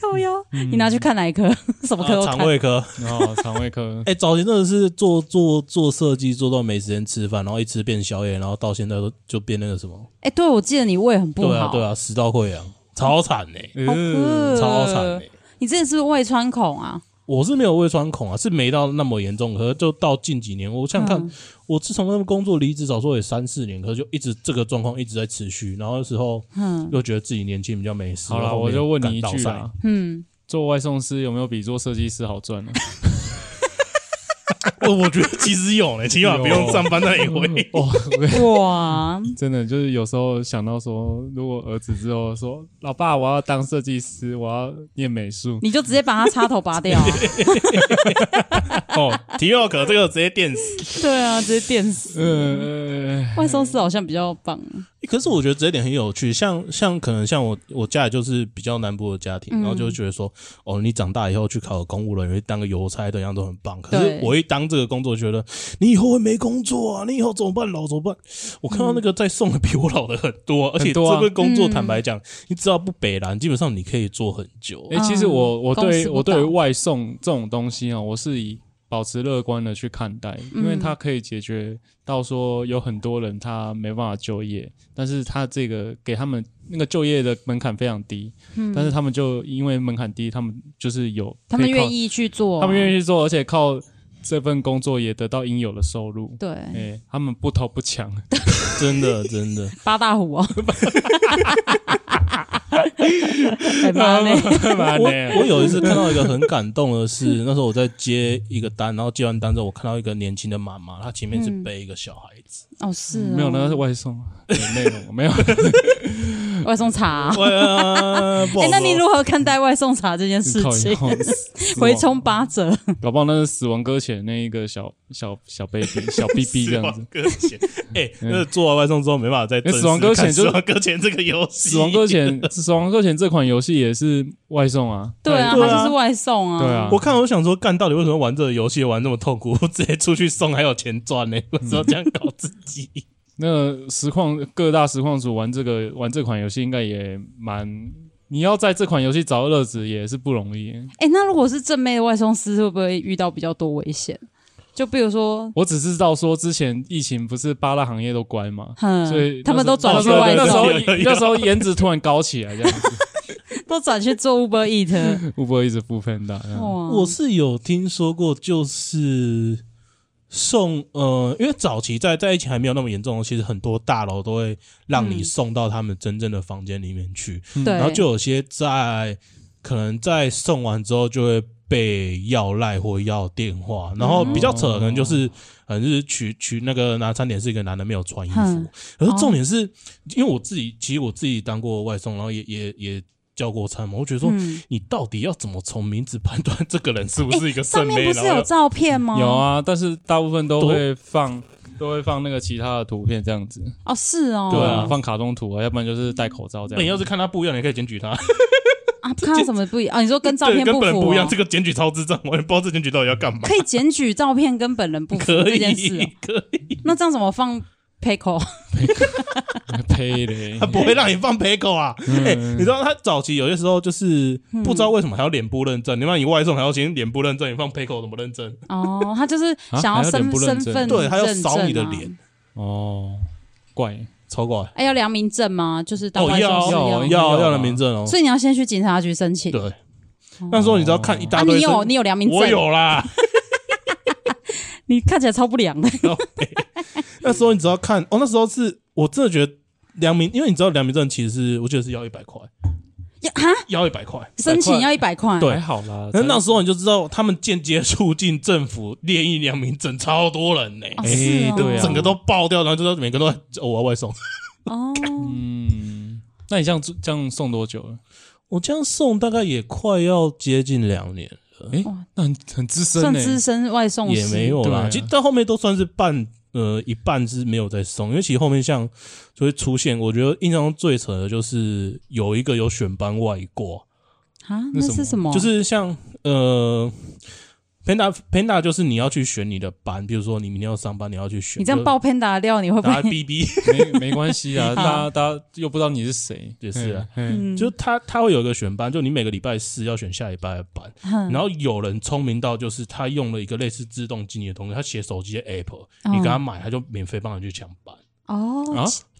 [SPEAKER 2] 靠腰，你拿去看哪一科， 什么科都
[SPEAKER 3] 嗯啊肠
[SPEAKER 2] 看。
[SPEAKER 3] 胃科，
[SPEAKER 1] 然后肠胃 科
[SPEAKER 3] 哎、早前真的是做做做设计，做到没时间吃饭，然后一吃变宵夜，然后到现在都就变那个什么，
[SPEAKER 2] 哎，对，我记得你胃很不
[SPEAKER 3] 对啊
[SPEAKER 2] 好，
[SPEAKER 3] 对啊，食道溃疡，超惨呢、
[SPEAKER 1] 呃
[SPEAKER 2] 好饿
[SPEAKER 3] 超惨呢、
[SPEAKER 2] 你之前是不是胃穿孔 啊？
[SPEAKER 3] 我是没有胃穿孔啊，是没到那么严重，可是就到近几年，我想想看，
[SPEAKER 2] 嗯
[SPEAKER 3] 我自从那个工作离职，少说也三四年，可是就一直这个状况一直在持续，然后那时候
[SPEAKER 2] 嗯
[SPEAKER 3] 又觉得自己年轻比较没事，
[SPEAKER 1] 好
[SPEAKER 3] 然
[SPEAKER 1] 啦，
[SPEAKER 3] 后后
[SPEAKER 1] 我
[SPEAKER 3] 面
[SPEAKER 1] 就问你一
[SPEAKER 3] 感到
[SPEAKER 1] 句
[SPEAKER 3] 晒
[SPEAKER 1] 啦，
[SPEAKER 2] 嗯，
[SPEAKER 1] 做外送师有没有比做设计师好赚呢？
[SPEAKER 3] 我我觉得其实有嘞、起码不用上班那一 回。
[SPEAKER 1] 哦，我
[SPEAKER 2] 哇，
[SPEAKER 1] 真的就是有时候想到说，如果儿子之后说，老爸，我要当设计师，我要念美术，
[SPEAKER 2] 你就直接把他插头拔 掉啊，
[SPEAKER 3] 哦，提奥可这个直接电死。
[SPEAKER 2] 对啊，直接电
[SPEAKER 1] 嗯
[SPEAKER 2] 死。
[SPEAKER 1] 呃，
[SPEAKER 2] 外送师好像比较棒，
[SPEAKER 3] 可是我觉得这一点很有趣，像像可能像我我家里就是比较南部的家庭，
[SPEAKER 2] 嗯
[SPEAKER 3] 然后就会觉得说，哦，你长大以后去考个公务人员，当个邮差的样都很棒。可是
[SPEAKER 2] 对
[SPEAKER 3] 我一当这个工作，觉得你以后会没工作啊，你以后怎么办？老怎么办？我看到那个在送的比我老的很多啊、而且
[SPEAKER 1] 很多啊
[SPEAKER 3] 这份工作，
[SPEAKER 2] 嗯
[SPEAKER 3] 坦白讲，你只要不北蓝，基本上你可以做很久。
[SPEAKER 1] 哎、其实我我
[SPEAKER 2] 嗯公司
[SPEAKER 1] 对
[SPEAKER 2] 不
[SPEAKER 1] 我对于
[SPEAKER 2] 倒
[SPEAKER 1] 外送这种东西哦，我是以保持乐观的去看待，因为
[SPEAKER 2] 嗯
[SPEAKER 1] 它可以解决到说有很多人他没办法就业，但是他这个给他们那个就业的门槛非常低，但是他们就因为门槛低，他们就是有
[SPEAKER 2] 嗯他们愿
[SPEAKER 1] 意，
[SPEAKER 2] 意去做，啊
[SPEAKER 1] 他们
[SPEAKER 2] 意，
[SPEAKER 1] 愿意做，而且靠这份工作也得到应有的收入。哎、
[SPEAKER 2] 对，
[SPEAKER 1] 他们不偷不抢，
[SPEAKER 3] 真的真的，
[SPEAKER 2] 八大虎 哦，哎 妈嘞，
[SPEAKER 1] 干嘛
[SPEAKER 3] 我我
[SPEAKER 1] 呢？
[SPEAKER 3] 有一次看到一个很感动 的是，那时候我在接一个单，然后接完单之后，我看到一个年轻的妈妈，她前面
[SPEAKER 1] 嗯
[SPEAKER 3] 是背一个小孩子，
[SPEAKER 2] 哦是哦，
[SPEAKER 1] 没有，那是外送，啊内容 没有。
[SPEAKER 2] 外送茶 啊。
[SPEAKER 3] 对啊，不
[SPEAKER 2] 哎、
[SPEAKER 3] 好
[SPEAKER 2] 那你
[SPEAKER 3] 说
[SPEAKER 2] 如何看待外送茶这件事
[SPEAKER 1] 靠哦
[SPEAKER 2] 情？
[SPEAKER 1] 腰
[SPEAKER 2] 回冲八折，
[SPEAKER 1] 搞不好那是死亡搁浅那一个小小小 baby 小 BB 这样子。
[SPEAKER 3] 死亡搁 浅，哎、那做完外送之后没办法再正式
[SPEAKER 1] 死亡搁浅
[SPEAKER 3] 看
[SPEAKER 1] 就是
[SPEAKER 3] 哎死亡搁浅这个游戏，
[SPEAKER 1] 死亡搁 浅，死亡搁浅这款游戏也是外送啊，
[SPEAKER 2] 对啊，
[SPEAKER 3] 对
[SPEAKER 2] 它
[SPEAKER 3] 啊
[SPEAKER 2] 就是外送啊。
[SPEAKER 1] 对啊
[SPEAKER 3] 我看我想说，干到底为什么玩这个游戏玩那么痛苦？ 我直接出去送还有钱赚呢、 为什么这样搞自己？
[SPEAKER 1] 那实况各大实况组玩这个玩这款游戏应该也蛮，你要在这款游戏找到乐子也是不容易。
[SPEAKER 2] 哎、那如果是正妹的外送师，会不会遇到比较多危险？就比如说，
[SPEAKER 1] 我只知道说之前疫情不是八大行业都关嘛，
[SPEAKER 2] 哼，
[SPEAKER 1] 所以
[SPEAKER 2] 嗯他们都转
[SPEAKER 1] 那
[SPEAKER 2] 去
[SPEAKER 1] 时候
[SPEAKER 2] 外
[SPEAKER 1] 那时候
[SPEAKER 2] 送，
[SPEAKER 1] 那时候那时候颜值突然高起来这样子，
[SPEAKER 2] 都转去做 Uber Eat。
[SPEAKER 1] 会不会一直不分的？
[SPEAKER 2] 哇，
[SPEAKER 3] 我是有听说过，就是送呃，因为早期在在疫情还没有那么严重的时候，其实很多大楼都会让你
[SPEAKER 2] 嗯
[SPEAKER 3] 送到他们真正的房间里面去，
[SPEAKER 2] 对，
[SPEAKER 3] 然后就有些在可能在送完之后就会被要赖或要电话，然后比较扯的可能就是
[SPEAKER 2] 嗯
[SPEAKER 3] 可能是取取那个拿餐点是一个男的没有穿衣服
[SPEAKER 2] 哼，哦
[SPEAKER 3] 可是重点是因为我自己其实我自己当过外送，然后也也也叫过餐嘛，我觉得说。
[SPEAKER 2] 嗯，
[SPEAKER 3] 你到底要怎么从名字判断这个人是不是一个
[SPEAKER 2] 哎上
[SPEAKER 3] 圣
[SPEAKER 2] 面
[SPEAKER 3] 杯？
[SPEAKER 2] 不是
[SPEAKER 3] 然
[SPEAKER 2] 有
[SPEAKER 3] 后要
[SPEAKER 2] 照片吗？
[SPEAKER 1] 有。啊，但是大部分都会 放都会放那个其他的图片这样子。
[SPEAKER 2] 哦，是哦。
[SPEAKER 1] 对啊，放卡通图啊，要不然就是戴口罩这
[SPEAKER 3] 那你
[SPEAKER 1] 样。
[SPEAKER 3] 要 是看他不一样，你可以检举他。
[SPEAKER 2] 啊，看到什么不一样？啊，你说跟照
[SPEAKER 3] 对
[SPEAKER 2] 片
[SPEAKER 3] 跟
[SPEAKER 2] 符、
[SPEAKER 3] 本人
[SPEAKER 2] 哦、
[SPEAKER 3] 不一样，这个检举超智障，我也不知道这检举到底要干嘛。
[SPEAKER 2] 可以检举照片跟本人不符
[SPEAKER 3] 可
[SPEAKER 2] 这
[SPEAKER 3] 以
[SPEAKER 2] 件事、哦，。
[SPEAKER 3] 可以，
[SPEAKER 2] 那这样怎么放 pickle？
[SPEAKER 1] 呸嘞
[SPEAKER 3] 他！不会让你放 p 狗啊！ 哎，你知道他早期有些时候就是不知道为什么还要脸部认证，你让你外送还要先脸部认证，你放 p 狗怎么认证？
[SPEAKER 2] 哦，他就是
[SPEAKER 1] 啊
[SPEAKER 2] 想
[SPEAKER 1] 还
[SPEAKER 2] 要
[SPEAKER 1] 有
[SPEAKER 2] 身、
[SPEAKER 1] 脸不认
[SPEAKER 2] 身
[SPEAKER 1] 证
[SPEAKER 2] 份、认
[SPEAKER 3] 对他要
[SPEAKER 2] 证
[SPEAKER 3] 扫你的
[SPEAKER 2] 啊
[SPEAKER 3] 脸。
[SPEAKER 1] 哦，怪
[SPEAKER 3] 超怪！
[SPEAKER 2] 哎，要良民证吗？就是当
[SPEAKER 3] 哦，
[SPEAKER 2] 外送
[SPEAKER 3] 要
[SPEAKER 2] 师
[SPEAKER 1] 要
[SPEAKER 2] 要，
[SPEAKER 3] 要要人民证哦。
[SPEAKER 2] 所以你要先去警察局申请。
[SPEAKER 3] 对，那时候你只要看一
[SPEAKER 2] 啊，
[SPEAKER 3] 大堆
[SPEAKER 2] 你
[SPEAKER 3] 申，
[SPEAKER 2] 有你有良民证，
[SPEAKER 3] 我有啦。
[SPEAKER 2] 你看起来超不 良的。
[SPEAKER 3] 那时候你只要看哦，那时候是我真的觉得良民，因为你知道良民证其实是我记得是要一百块，
[SPEAKER 2] 要哈，
[SPEAKER 3] 要一百块。
[SPEAKER 2] 申请要一百块，
[SPEAKER 3] 对
[SPEAKER 1] 还好啦。
[SPEAKER 3] 那那
[SPEAKER 1] 才
[SPEAKER 3] 时候你就知道，他们间接促进政府列印良民证，超多人呢、
[SPEAKER 2] 哦
[SPEAKER 1] 哎
[SPEAKER 2] 是哦
[SPEAKER 1] 对啊
[SPEAKER 3] 整个都爆掉，然后就知道每个都在、哦、我要外送。
[SPEAKER 2] 哦，
[SPEAKER 1] 嗯，那你这样这样送多久了？
[SPEAKER 3] 我这样送大概也快要接近两年，
[SPEAKER 1] 那很很资深欸
[SPEAKER 2] 算
[SPEAKER 1] 呢、
[SPEAKER 2] 资深外送
[SPEAKER 3] 也
[SPEAKER 2] 师
[SPEAKER 3] 没有
[SPEAKER 1] 对
[SPEAKER 3] 啦。
[SPEAKER 1] 啊
[SPEAKER 3] 其实到后面都算是半呃一半是没有在送，因为其实后面像就会出现，我觉得印象中最扯的就是有一个有选班外挂，
[SPEAKER 2] 啊，
[SPEAKER 1] 那
[SPEAKER 2] 那
[SPEAKER 1] 什么
[SPEAKER 2] 是什么？
[SPEAKER 3] 就是像呃。Panda Panda 就是你要去选你的班，比如说你明天要上班，你要去选。
[SPEAKER 2] 你这样爆喷打料，你会不
[SPEAKER 3] 打
[SPEAKER 2] 会？
[SPEAKER 3] B B，
[SPEAKER 1] 没没关系啊，
[SPEAKER 2] 好
[SPEAKER 1] 大家大家又不知道你是谁，
[SPEAKER 3] 也是啊
[SPEAKER 1] 嘿，嘿
[SPEAKER 2] 嗯
[SPEAKER 3] 就是他他会有一个选班，就你每个礼拜四要选下礼拜的班。
[SPEAKER 2] 哼
[SPEAKER 3] 然后有人聪明到就是他用了一个类似自动记忆的东西，他写手机的 app，
[SPEAKER 2] 哦
[SPEAKER 3] 你给他买，他就免费帮你去抢班。
[SPEAKER 1] 啊
[SPEAKER 2] 哦，，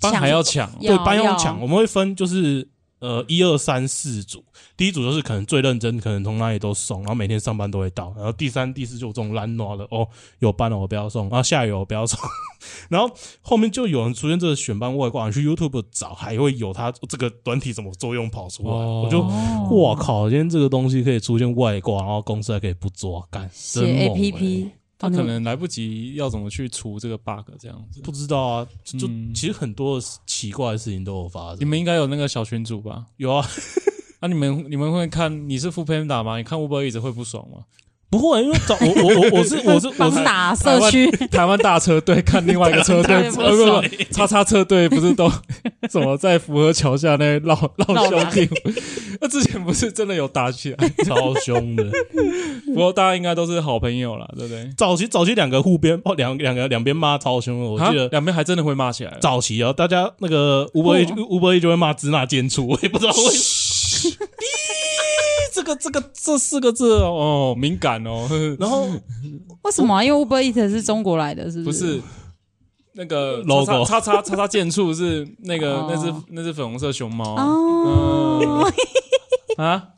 [SPEAKER 1] 班
[SPEAKER 2] 抢
[SPEAKER 1] 还要抢，
[SPEAKER 2] 要
[SPEAKER 3] 对，班
[SPEAKER 2] 要
[SPEAKER 3] 用抢，我们会分就是呃一二三四组，第一组就是可能最认真，可能从哪里都送，然后每天上班都会到。然后第三、第四就有这种懒惰的哦，有班了我不要送，然后下雨我不要送。 然后后面就有人出现这个选班外挂，你去 YouTube 找，还会有他这个短体怎么作用跑出来，
[SPEAKER 1] 哦
[SPEAKER 3] 我就
[SPEAKER 2] 哦
[SPEAKER 3] 我靠，今天这个东西可以出现外挂，然后公司还可以不抓，干
[SPEAKER 2] 写
[SPEAKER 3] 真猛、欸、
[SPEAKER 2] A P P，
[SPEAKER 1] 他可能来不及要怎么去除这个 bug 这样子。
[SPEAKER 3] 不知道啊，就就
[SPEAKER 1] 嗯
[SPEAKER 3] 其实很多奇怪的事情都有发
[SPEAKER 1] 你
[SPEAKER 3] 生。
[SPEAKER 1] 们应该有那个小群组吧？
[SPEAKER 3] 有啊，
[SPEAKER 1] 啊，你们你们会看你是副 Panda 吗？你看 Uber 一直会不爽吗？
[SPEAKER 3] 不会，因为早我我我我是我是我
[SPEAKER 2] 帮
[SPEAKER 3] 是
[SPEAKER 2] 打
[SPEAKER 1] 台湾
[SPEAKER 2] 社区，
[SPEAKER 1] 台湾大车队看另外一个车队，
[SPEAKER 2] 台湾大车队
[SPEAKER 1] 呃不不不，叉叉车队不是都 怎么在福和桥下那绕绕
[SPEAKER 2] 绕
[SPEAKER 1] 兄
[SPEAKER 2] 哪
[SPEAKER 1] 弟？那之前不是真的有打起来？
[SPEAKER 3] 超凶的。
[SPEAKER 1] 不过大家应该都是好朋友啦，对不对？
[SPEAKER 3] 早期早期两个互边哦，两两个两边骂超凶的，我记
[SPEAKER 1] 啊
[SPEAKER 3] 得。
[SPEAKER 1] 两边还真的会骂起来了。
[SPEAKER 3] 早期啊，大家那个吴伯义吴伯义就会骂支那奸 畜，我也不知道为什
[SPEAKER 1] 这个这个这四个字哦，敏感哦，呵
[SPEAKER 3] 么。然后
[SPEAKER 2] 为什么啊？因为 Uber Eat 是中国来的，是
[SPEAKER 1] 不是那个
[SPEAKER 3] Logo
[SPEAKER 1] 叉叉叉叉叉剑处是那个
[SPEAKER 2] 哦
[SPEAKER 1] 那只那只粉红色熊猫
[SPEAKER 3] 呃
[SPEAKER 2] 哦，
[SPEAKER 1] 啊，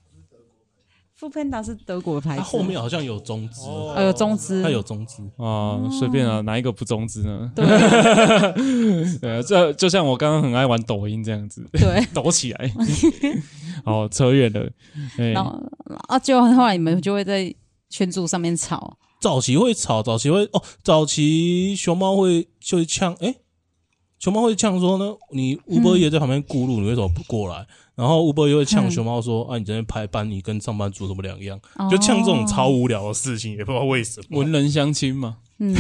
[SPEAKER 2] 富 Panda 是德国的牌子，
[SPEAKER 3] 他啊后面好像有中资，
[SPEAKER 2] 呃有中资
[SPEAKER 3] 他，有中资，
[SPEAKER 1] 啊，随便啊，哪一个不中资呢？
[SPEAKER 2] 对
[SPEAKER 1] 对啊，这就像我刚刚很爱玩抖音这样子，
[SPEAKER 2] 对，
[SPEAKER 1] 抖起来。 好，扯远 了。哎
[SPEAKER 2] 然，后啊，就后来你们就会在群组上面吵，
[SPEAKER 3] 早期会吵，早期会哦，早期熊猫会就会呛，哎、熊猫会呛说呢，你吴伯爷在旁边咕噜，你为什么不过来？然后吴伯爷会呛
[SPEAKER 2] 嗯
[SPEAKER 3] 熊猫说，啊，你在那边排班，你跟上班族什么两样？就呛这种
[SPEAKER 2] 哦
[SPEAKER 3] 超无聊的事情，也不知道为什么。
[SPEAKER 1] 文人相亲嘛，
[SPEAKER 2] 嗯，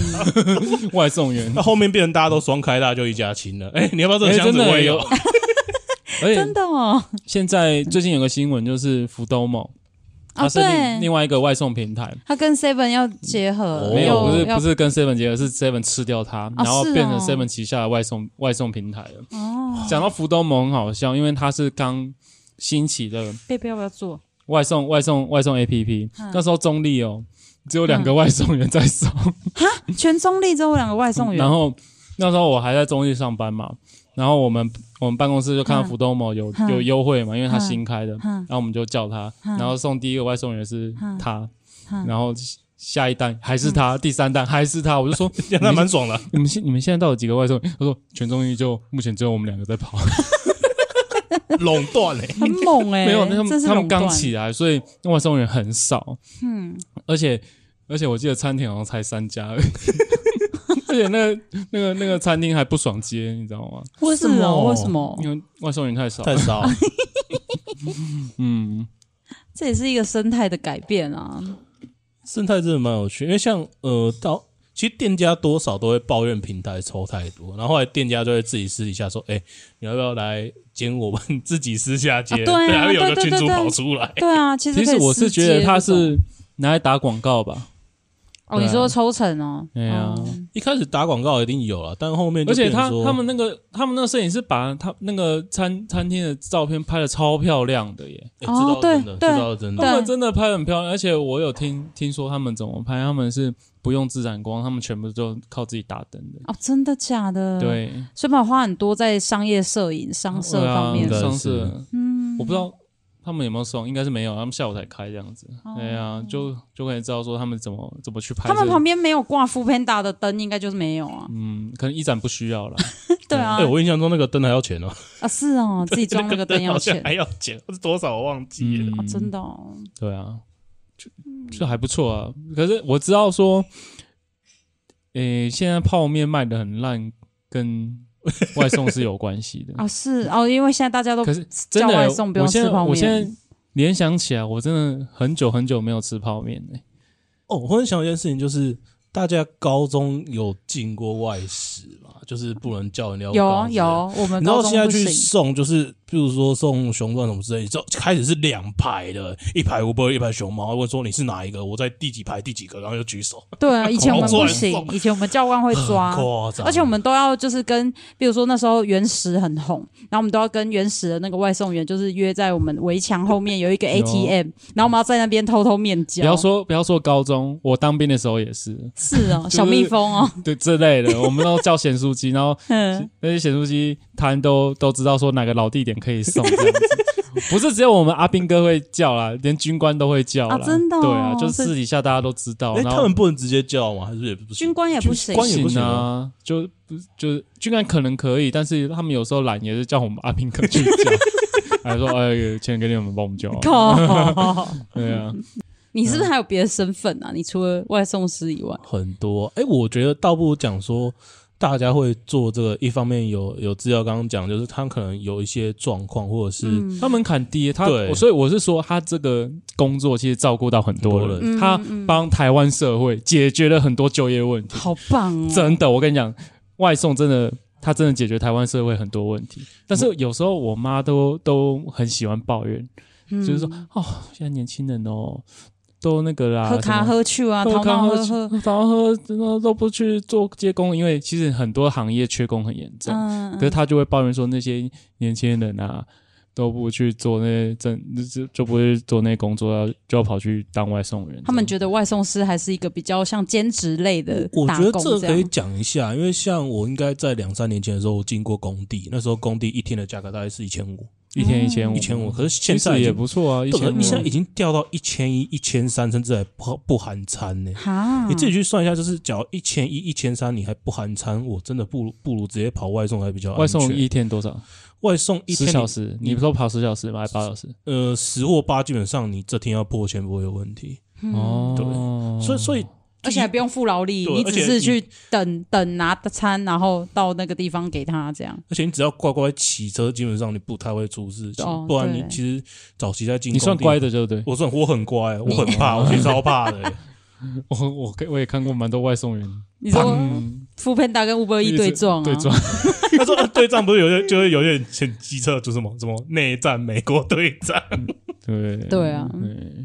[SPEAKER 1] 外送员
[SPEAKER 3] 那，后面变成大家都双开，大家就一家亲了。哎、你要不要这个
[SPEAKER 1] 哎
[SPEAKER 3] 箱子
[SPEAKER 1] 真的
[SPEAKER 3] 我也有？
[SPEAKER 1] 而且
[SPEAKER 2] 真的哦，
[SPEAKER 1] 哎现在最近有个新闻，就是福兜某，它
[SPEAKER 2] 啊
[SPEAKER 1] 是另
[SPEAKER 2] 对
[SPEAKER 1] 另，外一个外送平台，
[SPEAKER 2] 它跟 Seven 要结合，
[SPEAKER 3] 哦
[SPEAKER 1] 没有，不是
[SPEAKER 2] 要
[SPEAKER 1] 不是跟 Seven 结合，是 Seven 吃掉它，然后
[SPEAKER 2] 是哦
[SPEAKER 1] 变成 Seven 旗下的外送外送平台了。
[SPEAKER 2] 哦，
[SPEAKER 1] 讲到福东盟很好笑，因为它是刚兴起的
[SPEAKER 2] 贝贝要不要做？
[SPEAKER 1] 外送外送外送 APP，、那
[SPEAKER 2] 嗯
[SPEAKER 1] 时候中立哦，只有两个外送员在送，
[SPEAKER 2] 全中立之后两个外送员，
[SPEAKER 1] 嗯然后那时候我还在中立上班嘛，然后我们我们办公室就看到福东盟有、
[SPEAKER 2] 嗯
[SPEAKER 1] 有优惠嘛，因为它
[SPEAKER 2] 嗯
[SPEAKER 1] 新开的，
[SPEAKER 2] 嗯
[SPEAKER 1] 然后我们就叫他，
[SPEAKER 2] 嗯
[SPEAKER 1] 然后送第一个外送员是
[SPEAKER 2] 嗯
[SPEAKER 1] 他，
[SPEAKER 2] 嗯
[SPEAKER 1] 然后下一单还是他，第三单还是他，我就 说
[SPEAKER 3] 这 样那蛮爽的。
[SPEAKER 1] 你们现你们现在到底几个外送员？他说全中医就目前只有我们两个在跑，
[SPEAKER 3] 垄断哎，
[SPEAKER 2] 很猛 哎、欸，
[SPEAKER 1] 没有，那他
[SPEAKER 2] 这
[SPEAKER 1] 们
[SPEAKER 2] 是
[SPEAKER 1] 他们
[SPEAKER 2] 垄断
[SPEAKER 1] 刚起来，所以外送员很少，
[SPEAKER 2] 嗯，
[SPEAKER 1] 而且而且我记得餐厅好像才三家而已， 而且那个那个那个餐厅还不爽接，你知道吗？
[SPEAKER 2] 为什么？为什么？
[SPEAKER 1] 因为外送员太少，
[SPEAKER 3] 太少了。
[SPEAKER 1] 嗯，
[SPEAKER 2] 这也是一个生态的改变啊。
[SPEAKER 3] 生态真的蛮有趣，因为像呃，到其实店家多少都会抱怨平台抽太多，然后后来店家就会自己私底下说：“哎、你要不要来兼我们 自己私下接？”
[SPEAKER 2] 啊对啊
[SPEAKER 3] 然后有
[SPEAKER 2] 对
[SPEAKER 3] 个
[SPEAKER 2] 对
[SPEAKER 3] 群
[SPEAKER 2] 对
[SPEAKER 3] 主
[SPEAKER 2] 对
[SPEAKER 3] 跑出来，
[SPEAKER 2] 对啊，其
[SPEAKER 1] 其
[SPEAKER 2] 可以
[SPEAKER 1] 实我是
[SPEAKER 2] 私
[SPEAKER 1] 觉得
[SPEAKER 2] 接
[SPEAKER 1] 他
[SPEAKER 2] 这种
[SPEAKER 1] 是拿来打广告吧，
[SPEAKER 2] 哦，你说抽成哦，
[SPEAKER 1] 对啊
[SPEAKER 2] 哦
[SPEAKER 3] 一开始打广告一定有了，但后面就
[SPEAKER 1] 而且
[SPEAKER 3] 变成
[SPEAKER 1] 他
[SPEAKER 3] 说
[SPEAKER 1] 他们那个他们那个摄影师把他那个餐餐厅的照片拍的超漂亮的耶，
[SPEAKER 3] 哎知道
[SPEAKER 2] 哦对
[SPEAKER 3] 真的，
[SPEAKER 2] 对哦
[SPEAKER 3] 知道真的，
[SPEAKER 2] 对
[SPEAKER 1] 他们真的拍得很漂亮，而且我有听听说他们怎么拍，他们是不用自然光，他们全部都靠自己打灯的。
[SPEAKER 2] 哦，真的假的？，
[SPEAKER 1] 对，
[SPEAKER 2] 所以他们花很多在商业摄影、商社
[SPEAKER 1] 对啊
[SPEAKER 2] 嗯方面
[SPEAKER 3] 应。该
[SPEAKER 1] 上次
[SPEAKER 3] 是
[SPEAKER 2] 嗯，
[SPEAKER 1] 我不知道他们有没有送，应该是没有，他们下午才开这样子。
[SPEAKER 2] 哦
[SPEAKER 1] 对啊，就就可以知道说他们怎么怎么去拍。
[SPEAKER 2] 他们旁，边没有挂 f o o Panda 的灯，应该就是没有啊。
[SPEAKER 1] 嗯，可能一盏不需要了。
[SPEAKER 2] 对啊
[SPEAKER 3] 哎，我印象中那个灯还要钱哦，
[SPEAKER 2] 啊，是哦，自己装那个灯要
[SPEAKER 3] 好像
[SPEAKER 2] 钱，
[SPEAKER 3] 还要钱，是多少我忘记
[SPEAKER 1] 嗯
[SPEAKER 3] 了。
[SPEAKER 2] 哦真的哦，
[SPEAKER 1] 对啊，
[SPEAKER 2] 嗯
[SPEAKER 1] 就就还不错啊。可是我知道说，诶、现在泡面卖的很烂， 跟外送是有关系的。
[SPEAKER 2] 啊是哦，因为现在大家都
[SPEAKER 1] 可是真
[SPEAKER 2] 叫
[SPEAKER 1] 的、
[SPEAKER 2] 外送不
[SPEAKER 1] 我
[SPEAKER 2] 用
[SPEAKER 1] 现
[SPEAKER 2] 吃
[SPEAKER 1] 在
[SPEAKER 2] 泡面，
[SPEAKER 1] 我现在联想起来，我真的很久很久没有吃泡面欸了。
[SPEAKER 3] 哦，我忽然想到一件事情，就是大家高中有进过外食嘛，就是不能叫人家
[SPEAKER 2] 有。有，我们
[SPEAKER 3] 然后
[SPEAKER 2] 高
[SPEAKER 3] 现
[SPEAKER 2] 中
[SPEAKER 3] 在
[SPEAKER 2] 不
[SPEAKER 3] 去
[SPEAKER 2] 行，
[SPEAKER 3] 送，就是比如说送熊钻什么之类，就开始是两排的，一排乌龟，一排熊猫。问说你是哪一个？我在第几排第几个？然后就举手，
[SPEAKER 2] 对啊，以前我们
[SPEAKER 3] 高
[SPEAKER 2] 不
[SPEAKER 3] 中还
[SPEAKER 2] 行，
[SPEAKER 3] 送
[SPEAKER 2] 以前我们教官会抓，
[SPEAKER 3] 夸张。
[SPEAKER 2] 而且我们都要就是跟，比如说那时候原始很红，然后我们都要跟原始的那个外送员，就是约在我们围墙后面有一个 ATM，然后我们要在那边偷偷面
[SPEAKER 1] 不
[SPEAKER 2] 交。
[SPEAKER 1] 要说不要说高中，我当兵的时候也是，
[SPEAKER 2] 是哦，
[SPEAKER 1] 是
[SPEAKER 2] 小蜜蜂哦，
[SPEAKER 1] 对这类 的，我们都叫咸酥鸡，然后
[SPEAKER 2] 嗯，
[SPEAKER 1] 那些咸酥鸡摊都都知道说哪个老地点可以送，这样 子不是只有我们阿兵哥会叫啦，连军官都会叫啦，
[SPEAKER 2] 啊真的哦
[SPEAKER 1] 对啊，就是
[SPEAKER 2] 是
[SPEAKER 1] 私底下大家都知道，
[SPEAKER 3] 哎，
[SPEAKER 1] 然
[SPEAKER 3] 他
[SPEAKER 1] 后
[SPEAKER 3] 们不能直接叫吗？还是也不行
[SPEAKER 2] 军？官也不行，
[SPEAKER 3] 官也不
[SPEAKER 1] 行
[SPEAKER 3] 行
[SPEAKER 1] 啊，就不就是军官可能可以，但是他们有时候懒，也是叫我们阿兵哥去叫，还说哎，钱给你们帮我们叫啊，
[SPEAKER 2] 靠！
[SPEAKER 1] 对啊，
[SPEAKER 2] 你是不是还有别的身份啊？你除了外送师以外，
[SPEAKER 3] 很多。哎、我觉得倒不如讲说，大家会做这个，一方面有有资料刚刚讲，就是他可能有一些状况，或者是、
[SPEAKER 2] 嗯，
[SPEAKER 1] 他门槛低，他
[SPEAKER 3] 对
[SPEAKER 1] 所以我是说，他这个工作其实照顾到很多
[SPEAKER 3] 很
[SPEAKER 1] 人，
[SPEAKER 3] 多
[SPEAKER 2] 人
[SPEAKER 1] 他
[SPEAKER 2] 嗯嗯嗯
[SPEAKER 1] 帮台湾社会解决了很多就业问题。
[SPEAKER 2] 好棒哦！
[SPEAKER 1] 真的，我跟你讲，外送真的，他真的解决台湾社会很多问题。但是有时候我妈都都很喜欢抱怨，
[SPEAKER 2] 嗯
[SPEAKER 1] 就是说哦，现在年轻人哦，都那个啦，
[SPEAKER 2] 喝
[SPEAKER 1] 什
[SPEAKER 2] 咖
[SPEAKER 1] 么
[SPEAKER 2] 喝去啊，
[SPEAKER 1] 喝
[SPEAKER 2] 淘
[SPEAKER 1] 咖
[SPEAKER 2] 宝
[SPEAKER 1] 喝
[SPEAKER 2] 喝喝，
[SPEAKER 1] 然后喝真的都不去做接工，因为其实很多行业缺工很严重。
[SPEAKER 2] 嗯，
[SPEAKER 1] 可是他就会抱怨说那些年轻人啊，都不去做那些正就就不会做那些工作，要就要跑去当外送人。
[SPEAKER 2] 他们觉得外送师还是一个比较像兼职类的
[SPEAKER 3] 我
[SPEAKER 2] 打
[SPEAKER 3] 觉得
[SPEAKER 2] 工
[SPEAKER 3] 这
[SPEAKER 2] 这
[SPEAKER 3] 可以
[SPEAKER 2] 样。
[SPEAKER 3] 讲一下，因为像我应该在两三年前的时候，我进过工地，那时候工地一天的价格大概是一千五，
[SPEAKER 1] 一天一千五，
[SPEAKER 3] 嗯一千五，
[SPEAKER 2] 嗯
[SPEAKER 3] 可是现
[SPEAKER 1] 其
[SPEAKER 3] 在
[SPEAKER 1] 实
[SPEAKER 3] 已
[SPEAKER 1] 也
[SPEAKER 3] 经
[SPEAKER 1] 不错啊，一千
[SPEAKER 3] 对可是你现在
[SPEAKER 1] 五
[SPEAKER 3] 已经掉到一千一、一千三，甚至还不不含餐呢、
[SPEAKER 1] 嗯
[SPEAKER 2] 哈，
[SPEAKER 3] 你自己去算一下，就是假如一千一、一千三，你还不含餐，我真的不如不如直接跑外送还比较安
[SPEAKER 1] 外送
[SPEAKER 3] 全
[SPEAKER 1] 一天多少？
[SPEAKER 3] 外送一
[SPEAKER 1] 十
[SPEAKER 3] 天
[SPEAKER 1] 小
[SPEAKER 3] 你
[SPEAKER 1] 时？你不说跑十小时吗？还八小时？
[SPEAKER 3] 呃，十或八基本上你这天要破千不会有问题。
[SPEAKER 2] 嗯
[SPEAKER 1] 哦，对
[SPEAKER 3] 嗯所以，所以
[SPEAKER 2] 而且还不用付劳力，
[SPEAKER 3] 对
[SPEAKER 2] 你只
[SPEAKER 3] 而且
[SPEAKER 2] 是
[SPEAKER 3] 你
[SPEAKER 2] 去等等拿餐，然后到那个地方给他这样。
[SPEAKER 3] 而且你只要乖乖骑车，基本上你不太会出事情。
[SPEAKER 2] 哦
[SPEAKER 3] 不然你
[SPEAKER 2] 对
[SPEAKER 3] 其实早期在进，
[SPEAKER 1] 啊你算乖，的，哦对不对？
[SPEAKER 3] 我算我很乖，我
[SPEAKER 2] 你
[SPEAKER 3] 很怕，我其实超怕的、
[SPEAKER 1] 我我我也看过蛮多外送员，
[SPEAKER 2] 你说
[SPEAKER 1] 嗯，
[SPEAKER 2] 富片大跟 Uber E 对撞啊？
[SPEAKER 1] 对撞，
[SPEAKER 3] 他说、呃对战不是有些就会有点很机车，就什么什么内战美国对战。
[SPEAKER 1] 对
[SPEAKER 2] 对啊
[SPEAKER 1] 对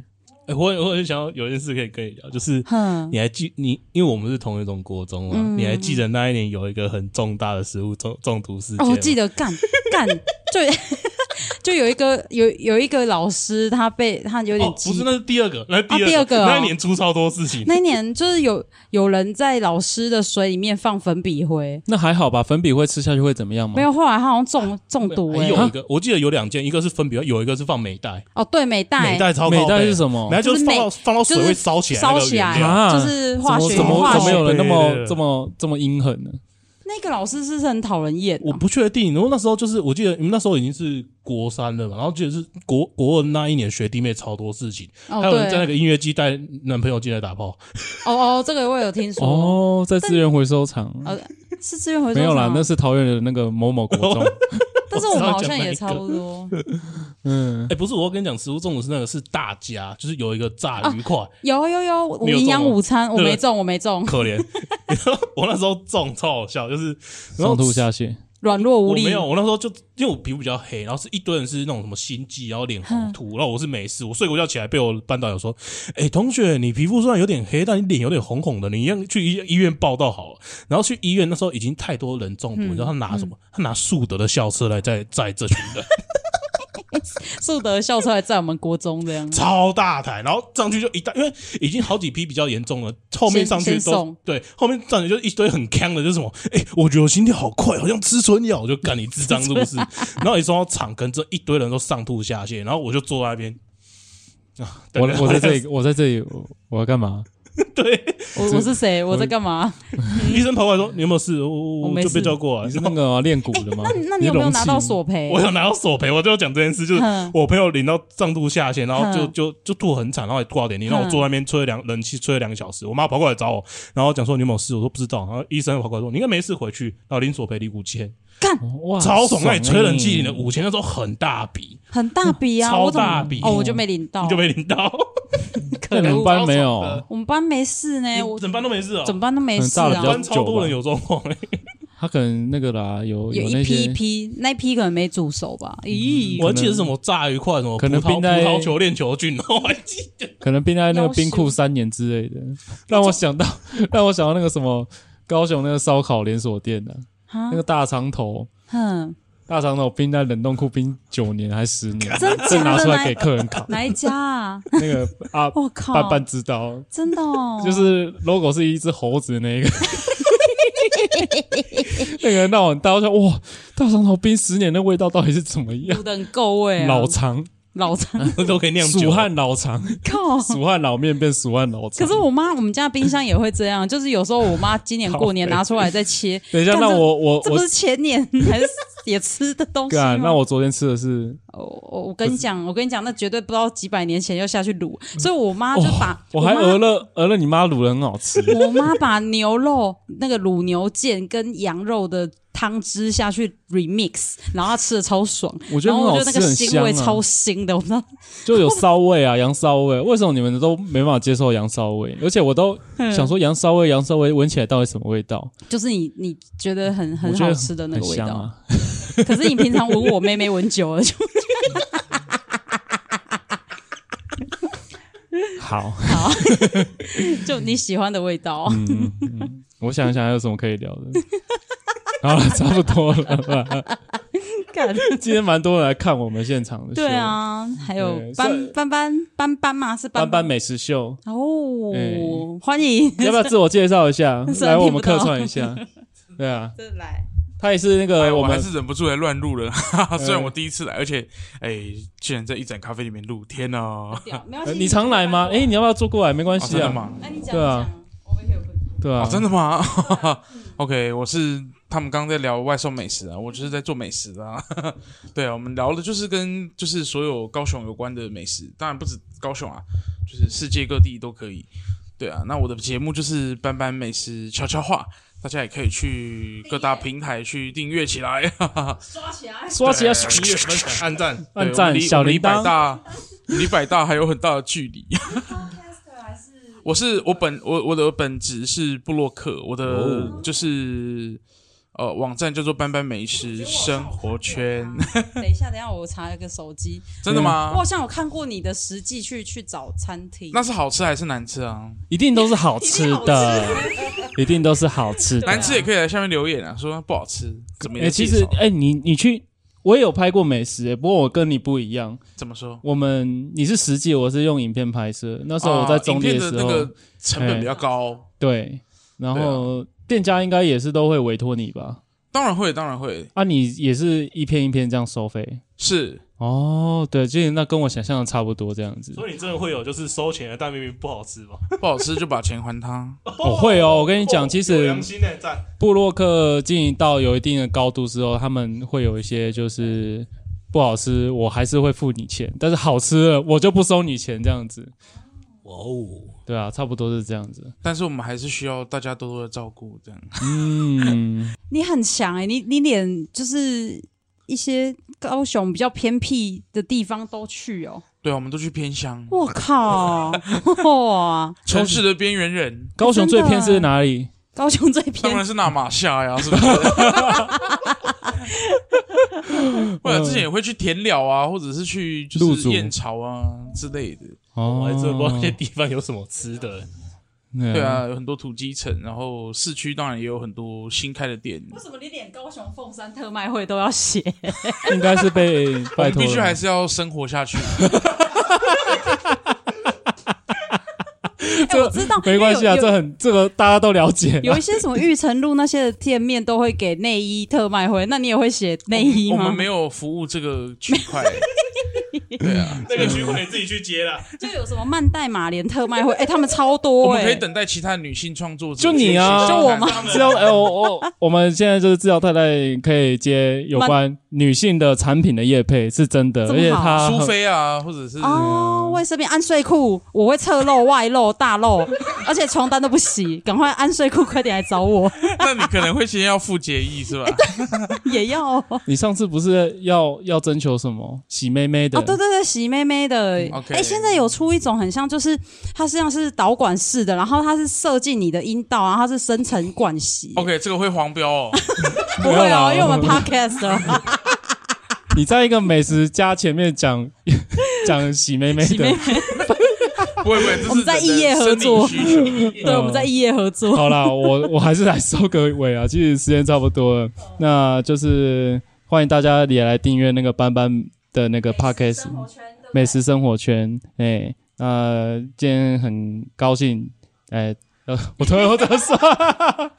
[SPEAKER 3] 哎、我我很想要有一件事可以跟你聊，就是
[SPEAKER 2] 哼，
[SPEAKER 3] 你还记你，因为我们是同一种国中嘛，
[SPEAKER 2] 嗯
[SPEAKER 3] 你还记得那一年有一个很重大的食物中中毒事件
[SPEAKER 2] 哦，
[SPEAKER 3] 吗？
[SPEAKER 2] 我记得干干就 就有一个有有一个老师，他被他有
[SPEAKER 3] 哦
[SPEAKER 2] 点，
[SPEAKER 3] 不
[SPEAKER 2] 激
[SPEAKER 3] 是，那是第二个，那是第二
[SPEAKER 2] 啊
[SPEAKER 3] 个，
[SPEAKER 2] 第二个哦
[SPEAKER 3] 那一年出超多事情。
[SPEAKER 2] 那一年就是有有人在老师的水里面放粉笔灰，
[SPEAKER 1] 那还好吧？粉笔会吃下去会怎么样吗？
[SPEAKER 2] 没有，后来他好像中中毒
[SPEAKER 3] 还
[SPEAKER 2] 哎、
[SPEAKER 3] 哦有一个，我记得有两件，一个是分别，有一个是放美袋，
[SPEAKER 2] 哦，对，美袋
[SPEAKER 3] 美袋超
[SPEAKER 1] 美袋
[SPEAKER 3] 袋
[SPEAKER 1] 是什么
[SPEAKER 3] 美袋就是放到
[SPEAKER 2] 就
[SPEAKER 3] 放到水会烧起来那
[SPEAKER 2] 烧
[SPEAKER 3] 个
[SPEAKER 2] 起
[SPEAKER 3] 原
[SPEAKER 2] 来，
[SPEAKER 3] 料，
[SPEAKER 1] 啊
[SPEAKER 2] 就是化学
[SPEAKER 1] 怎么
[SPEAKER 2] 化
[SPEAKER 1] 怎么有
[SPEAKER 2] 学。
[SPEAKER 1] 人那
[SPEAKER 3] 对对
[SPEAKER 1] 么
[SPEAKER 3] 对
[SPEAKER 1] 这么这么阴狠呢？
[SPEAKER 2] 那个老师是不是很讨人厌、
[SPEAKER 3] 我
[SPEAKER 2] 啊？
[SPEAKER 3] 不确定。然后那时候就是，我记得你们那时候已经是国三了嘛，然后记得是国国二那一年学弟妹超多事情，
[SPEAKER 2] 哦，
[SPEAKER 3] 还有人
[SPEAKER 2] 对，
[SPEAKER 3] 在那个音乐季带男朋友进来打炮，
[SPEAKER 2] 哦哦，这个我有听说，
[SPEAKER 1] 哦，在资源回收厂。
[SPEAKER 2] 是资源回收
[SPEAKER 1] 没有啦
[SPEAKER 2] 厂，
[SPEAKER 1] 那是桃园的那个某某国 中。
[SPEAKER 2] 但是我们好像也差不多，
[SPEAKER 1] 嗯
[SPEAKER 3] 哎、，不是，我跟你讲，食物中毒是那个是大家，就是有一个炸鱼块，
[SPEAKER 2] 有有有，我
[SPEAKER 3] 你有中
[SPEAKER 2] 营养
[SPEAKER 3] 吗
[SPEAKER 2] 午餐我
[SPEAKER 3] 对
[SPEAKER 2] 没中，我没中，
[SPEAKER 3] 可怜。 我那时候中超好笑，就是然后
[SPEAKER 1] 上吐下泻，
[SPEAKER 2] 软弱无
[SPEAKER 3] 我
[SPEAKER 2] 力
[SPEAKER 3] 没，有，我那时候就因为我皮肤比较黑，然后是一堆人是那种什么心悸，然后脸红秃，然后我是没事，我睡过觉起来被我班导友说，哎、同学，你皮肤虽然有点黑，但你脸有点红红的，你一样去医医院报道好了。然后去医院那时候已经太多人中毒，你知道他拿什么？他拿树德的校车来载载这群人，
[SPEAKER 2] 树德校车还在我们国中这样，
[SPEAKER 3] 超大台，然后上去就一大，因为已经好几批比较严重了，后
[SPEAKER 2] 先
[SPEAKER 3] 面上去
[SPEAKER 2] 先
[SPEAKER 3] 都
[SPEAKER 2] 送
[SPEAKER 3] 对，后面上去就一堆很坑的，就是什么，哎、我觉得我心跳好快，好像吃春药，我就干你智障是不是？ 然后一说到场跟这一堆人都上吐下泻，然后我就坐在那边，啊，
[SPEAKER 1] 我
[SPEAKER 3] 对
[SPEAKER 1] 我在这里，我在这里，我我要干嘛？
[SPEAKER 3] 对，
[SPEAKER 2] 我我是谁？我在干嘛？
[SPEAKER 3] 医生跑过来说：“你有没有事？”我
[SPEAKER 2] 嗯我没
[SPEAKER 3] 就被
[SPEAKER 2] 事
[SPEAKER 3] 叫过来
[SPEAKER 1] 你。是那个啊练鼓的吗？
[SPEAKER 2] 哎那那你有没有拿到索赔
[SPEAKER 3] 我？有拿到索赔，我就要讲这件事，就是
[SPEAKER 2] 嗯
[SPEAKER 3] 我朋友淋到上吐下泻，然后就
[SPEAKER 2] 嗯
[SPEAKER 3] 就就吐很惨，然后也吐到点滴，然后
[SPEAKER 2] 嗯
[SPEAKER 3] 我坐在那边吹凉冷气吹了两个小时，我妈跑过来找我，然后讲说你有没有事，我说不知道，然后医生跑过来说你应该没事，回去，然后领索赔领五千，
[SPEAKER 1] 龙哇，欸
[SPEAKER 3] 超爽，那你吹
[SPEAKER 2] 欸
[SPEAKER 3] 冷气领
[SPEAKER 1] 的
[SPEAKER 3] 了五千，那时候很大笔，
[SPEAKER 2] 很大笔啊，
[SPEAKER 3] 超
[SPEAKER 2] 我怎么
[SPEAKER 3] 大笔
[SPEAKER 2] 哦，我就没领到，
[SPEAKER 3] 你就没领到，
[SPEAKER 1] 那
[SPEAKER 2] 可
[SPEAKER 1] 你们
[SPEAKER 2] 恶。
[SPEAKER 1] 班没
[SPEAKER 3] 超爽
[SPEAKER 1] 有
[SPEAKER 3] 的？
[SPEAKER 2] 我们班没事呢，哎我
[SPEAKER 3] 我整班都没事啊，
[SPEAKER 2] 整班都没事
[SPEAKER 1] 可能炸得
[SPEAKER 2] 啊
[SPEAKER 1] 比较。
[SPEAKER 3] 班超多人有状 况，欸
[SPEAKER 1] 他可能那个啦，有
[SPEAKER 2] 有
[SPEAKER 1] 那
[SPEAKER 2] 一批
[SPEAKER 1] 些
[SPEAKER 2] 一批，那一批可能没煮熟吧？
[SPEAKER 1] 嗯
[SPEAKER 2] 咦，
[SPEAKER 3] 我还记得是什么炸鱼块，什么葡
[SPEAKER 1] 可能
[SPEAKER 3] 萄葡
[SPEAKER 1] 冰在
[SPEAKER 3] 萄球练球菌，我还记得
[SPEAKER 1] 可能冰在那个
[SPEAKER 2] 要
[SPEAKER 1] 冰库
[SPEAKER 2] 修
[SPEAKER 1] 三年之类的，让我想到 让我想到那个什么高雄那个烧烤连锁店的、
[SPEAKER 2] 啊
[SPEAKER 1] 那，个大肠头，
[SPEAKER 2] 哼，
[SPEAKER 1] 大肠头冰在冷冻库冰九年还十年，
[SPEAKER 2] 真
[SPEAKER 1] 正拿
[SPEAKER 2] 假的
[SPEAKER 1] 出来
[SPEAKER 2] 哪
[SPEAKER 1] 给客人
[SPEAKER 2] 。
[SPEAKER 1] 烤
[SPEAKER 2] 哪一 家啊？
[SPEAKER 1] 那个啊，
[SPEAKER 2] 我靠，
[SPEAKER 1] 半半知道，
[SPEAKER 2] 真的哦，
[SPEAKER 1] 就是 logo 是一只猴子的那 个。那个让我很大，我想哇，大肠头冰十年的味道到底是怎么样？
[SPEAKER 2] 煮的很够味啊，
[SPEAKER 1] 老肠，
[SPEAKER 2] 老长
[SPEAKER 3] 都可以酿酒
[SPEAKER 1] 蜀，汉老 肠，
[SPEAKER 2] 靠。
[SPEAKER 1] 蜀汉老面变蜀汉老肠。
[SPEAKER 2] 可是我妈，我们家冰箱也会这样，就是有时候我妈今年过年拿出来再切，
[SPEAKER 1] 等一下，
[SPEAKER 2] 干
[SPEAKER 1] 那
[SPEAKER 2] 这
[SPEAKER 1] 我我
[SPEAKER 2] 这
[SPEAKER 1] 我
[SPEAKER 2] 不是前年还是也吃的东西吗
[SPEAKER 1] 干，？那我昨天吃的是
[SPEAKER 2] 我我我跟你讲，我跟你讲，那绝对不知道几百年前要下去卤，所以我妈就把
[SPEAKER 1] 嗯我还
[SPEAKER 2] 妈
[SPEAKER 1] 鹅了鹅了你妈卤的很好吃，
[SPEAKER 2] 我妈把牛肉那个卤牛腱跟羊肉的汤汁下去 remix，然后她吃的超爽，
[SPEAKER 1] 我觉
[SPEAKER 2] 然
[SPEAKER 1] 得很
[SPEAKER 2] 后我
[SPEAKER 1] 好
[SPEAKER 2] 觉得那
[SPEAKER 1] 吃，
[SPEAKER 2] 个
[SPEAKER 1] 很
[SPEAKER 2] 腥
[SPEAKER 1] 香
[SPEAKER 2] 味超
[SPEAKER 1] 啊，
[SPEAKER 2] 腥的，我不知道
[SPEAKER 1] 就有骚味啊，羊骚味。为什么你们都没办法接受羊骚味？而且我都
[SPEAKER 2] 嗯
[SPEAKER 1] 想说羊骚味，羊骚味闻起来到底什么味道？
[SPEAKER 2] 就是你你觉得很
[SPEAKER 1] 我
[SPEAKER 2] 很
[SPEAKER 1] 觉
[SPEAKER 2] 好
[SPEAKER 1] 得
[SPEAKER 2] 吃的那
[SPEAKER 1] 很
[SPEAKER 2] 个味
[SPEAKER 1] 香
[SPEAKER 2] 道，
[SPEAKER 1] 啊。
[SPEAKER 2] 可是你平常闻我妹妹闻久了就
[SPEAKER 1] 好，
[SPEAKER 2] 好，就你喜欢的味道。
[SPEAKER 1] 嗯，嗯我想一想还有什么可以聊的。 好了，差不多了吧。
[SPEAKER 2] 干
[SPEAKER 1] 今天蛮多人来看我们现场的秀，
[SPEAKER 2] 对，啊，还有
[SPEAKER 1] 对
[SPEAKER 2] 斑
[SPEAKER 1] 算
[SPEAKER 2] 斑斑斑斑嘛，是
[SPEAKER 1] 斑
[SPEAKER 2] 斑
[SPEAKER 1] 斑美食秀，
[SPEAKER 2] 哦
[SPEAKER 1] 哎，
[SPEAKER 2] 欢 迎，
[SPEAKER 1] 要不要自我介绍一 下？
[SPEAKER 2] 虽然
[SPEAKER 1] 来，我
[SPEAKER 2] 听
[SPEAKER 1] 们
[SPEAKER 2] 不到
[SPEAKER 1] 客串一下。对啊，
[SPEAKER 2] 真的来，
[SPEAKER 1] 他也是那
[SPEAKER 4] 哎
[SPEAKER 1] 个
[SPEAKER 4] 我
[SPEAKER 1] 我们嗯
[SPEAKER 4] 还是忍不住来乱录了， 哈哈虽然我第一次来，而且哎，竟然在一盏咖啡里面录，天哪！哦
[SPEAKER 2] 屌没关系
[SPEAKER 1] 呃你常来吗？哎、你要不要坐过来？没关系
[SPEAKER 4] 真
[SPEAKER 1] 啊，
[SPEAKER 4] 的吗？
[SPEAKER 2] 哎那你讲
[SPEAKER 1] 对啊
[SPEAKER 2] 讲，我们有
[SPEAKER 1] 对啊，
[SPEAKER 4] 啊，真的吗 ？OK，我是他们刚刚在聊外送美食啊，我就是在做美食的啊。 对啊，我们聊的就是跟就是所有高雄有关的美食，当然不止高雄啊，就是世界各地都可以。对啊，那我的节目就是班班美食悄悄话，大家也可以去各大平台去订阅起来。
[SPEAKER 2] 抓起来，
[SPEAKER 1] 刷起来，
[SPEAKER 3] 音乐分享按赞。
[SPEAKER 1] 按
[SPEAKER 4] 对我们
[SPEAKER 1] 赞
[SPEAKER 4] 离
[SPEAKER 1] 小
[SPEAKER 4] 我们离
[SPEAKER 1] 铃
[SPEAKER 4] 百
[SPEAKER 1] 铛，
[SPEAKER 4] 大，离百大还有很大的距离。 我是我本我我的本职是布洛克，我的
[SPEAKER 3] 哦
[SPEAKER 4] 就是、呃网站叫做斑斑美食生活 圈，
[SPEAKER 2] 等一下，等一下，我查一个手机。
[SPEAKER 4] 真的
[SPEAKER 2] 我
[SPEAKER 4] 吗
[SPEAKER 2] 好？像有看过你的实际去去找餐厅，
[SPEAKER 4] 那是好吃还是难吃啊？
[SPEAKER 1] 一定都是好吃的，一定都是好吃的。
[SPEAKER 4] 难吃也可以来下面留言啊，说不好吃，怎么
[SPEAKER 1] 哎、
[SPEAKER 4] 也
[SPEAKER 1] 其实哎、你你去，我也有拍过美食、哎不过我跟你不一样，
[SPEAKER 4] 怎么说？
[SPEAKER 1] 我们你是实际，我是用影片拍摄。那时候我在中
[SPEAKER 4] 啊影
[SPEAKER 1] 立
[SPEAKER 4] 片的
[SPEAKER 1] 时
[SPEAKER 4] 那
[SPEAKER 1] 候，哎
[SPEAKER 4] 个成本比较高，
[SPEAKER 1] 对，然后、店家应该也是都会委托你吧？
[SPEAKER 4] 当然会，当然会
[SPEAKER 1] 啊，你也是一片一片这样收费。
[SPEAKER 4] 是
[SPEAKER 1] 哦，对，就是那跟我想象的差不多这样子。
[SPEAKER 3] 所以你真的会有就是收钱的，但明明不好吃吗？
[SPEAKER 4] 不好吃就把钱还他。
[SPEAKER 1] 我会哦，我跟你讲，其
[SPEAKER 3] 有
[SPEAKER 1] 实
[SPEAKER 3] 良心的赞，
[SPEAKER 1] 布洛克经营到有一定的高度之后，他们会有一些就是不好吃，我还是会付你钱，但是好吃了我就不收你钱这样子。
[SPEAKER 3] 哇哦，
[SPEAKER 1] 对啊，差不多是这样子。
[SPEAKER 4] 但是我们还是需要大家多多的照顾，这样。
[SPEAKER 1] 嗯，
[SPEAKER 2] 你很强哎、你你连就是一些高雄比较偏僻的地方都去 哦。
[SPEAKER 4] 对啊，我们都去偏乡，
[SPEAKER 2] 我靠，哇！
[SPEAKER 4] 城市的边缘人，
[SPEAKER 1] 高雄最偏是哪里？
[SPEAKER 2] 高雄最
[SPEAKER 4] 当
[SPEAKER 2] 偏
[SPEAKER 4] 然是拿马夏呀，是不是？或
[SPEAKER 1] 嗯
[SPEAKER 4] 者之前也会去田寮啊，或者是去就
[SPEAKER 1] 鹿
[SPEAKER 4] 是
[SPEAKER 1] 竹
[SPEAKER 4] 燕巢啊之类的。
[SPEAKER 1] 哦
[SPEAKER 3] 我还真的不知道那些地方有什么吃的。
[SPEAKER 4] 对，啊，有很多土鸡城，然后市区当然也有很多新开的店。
[SPEAKER 2] 为什么你连高雄凤山特卖会都要 写？欸
[SPEAKER 1] 应该是被
[SPEAKER 4] 我
[SPEAKER 1] 拜
[SPEAKER 4] 们
[SPEAKER 1] 托
[SPEAKER 4] 必须还
[SPEAKER 1] 了。
[SPEAKER 4] 是要生 活下去。
[SPEAKER 2] 哎、我知道，
[SPEAKER 1] 没关系啊，
[SPEAKER 2] 因为有
[SPEAKER 1] 这很这个大家都了解。
[SPEAKER 2] 有有一些什么玉成路那些的店面都会给内衣特卖会，那你也会写内衣
[SPEAKER 4] 我
[SPEAKER 2] 吗？
[SPEAKER 4] 们没有服务这个区块，对啊，
[SPEAKER 3] 那个取款你自己去接啦。
[SPEAKER 2] 就有什么曼黛马莲特卖会，哎、他们超多
[SPEAKER 4] 我
[SPEAKER 2] 哎、
[SPEAKER 4] 们可以等待其他女性创作者，
[SPEAKER 1] 就你啊，
[SPEAKER 2] 就我吗？
[SPEAKER 1] 治疗，哎、我我我们现在就是治疗太太可以接有关女性的产品的业配，是真的，
[SPEAKER 2] 这
[SPEAKER 1] 而
[SPEAKER 2] 么
[SPEAKER 1] 且
[SPEAKER 2] 好
[SPEAKER 1] 她
[SPEAKER 4] 苏
[SPEAKER 1] 很
[SPEAKER 4] 菲啊，或者是
[SPEAKER 2] 哦，卫生棉、安睡裤，我会侧漏、外漏、大漏，而且床单都不洗，赶快安睡裤，快点来找我，
[SPEAKER 4] 那你可能会先要付结义 是吧？
[SPEAKER 2] 也要哦。
[SPEAKER 1] 你上次不是要要征求什么洗妹妹的？
[SPEAKER 2] 哦，对对对，洗妹妹的。哎、
[SPEAKER 4] OK
[SPEAKER 2] 现在有出一种很像，就是它实际上是导管式的，然后它是射进你的阴道，然后它是深层灌洗。
[SPEAKER 4] OK，这个会黄标哦。
[SPEAKER 2] 不会
[SPEAKER 1] 没有
[SPEAKER 2] 哦，
[SPEAKER 1] 啦
[SPEAKER 2] 因为我们 podcast 哦
[SPEAKER 1] 你在一个美食家前面讲 讲洗妹妹
[SPEAKER 2] 洗妹
[SPEAKER 1] 的
[SPEAKER 2] 妹，，
[SPEAKER 4] 不会不会，这是
[SPEAKER 2] 我们在
[SPEAKER 4] 人的
[SPEAKER 2] 异业合作
[SPEAKER 4] 生理需求
[SPEAKER 2] 对，我们在异业合作。
[SPEAKER 1] 好啦，我我还是来收个尾啊，其实时间差不多了，那就是欢迎大家也来订阅那个斑斑的那个 podcast 美食生活圈，哎、那、今天很高兴，哎、呃，我突然我怎么 说？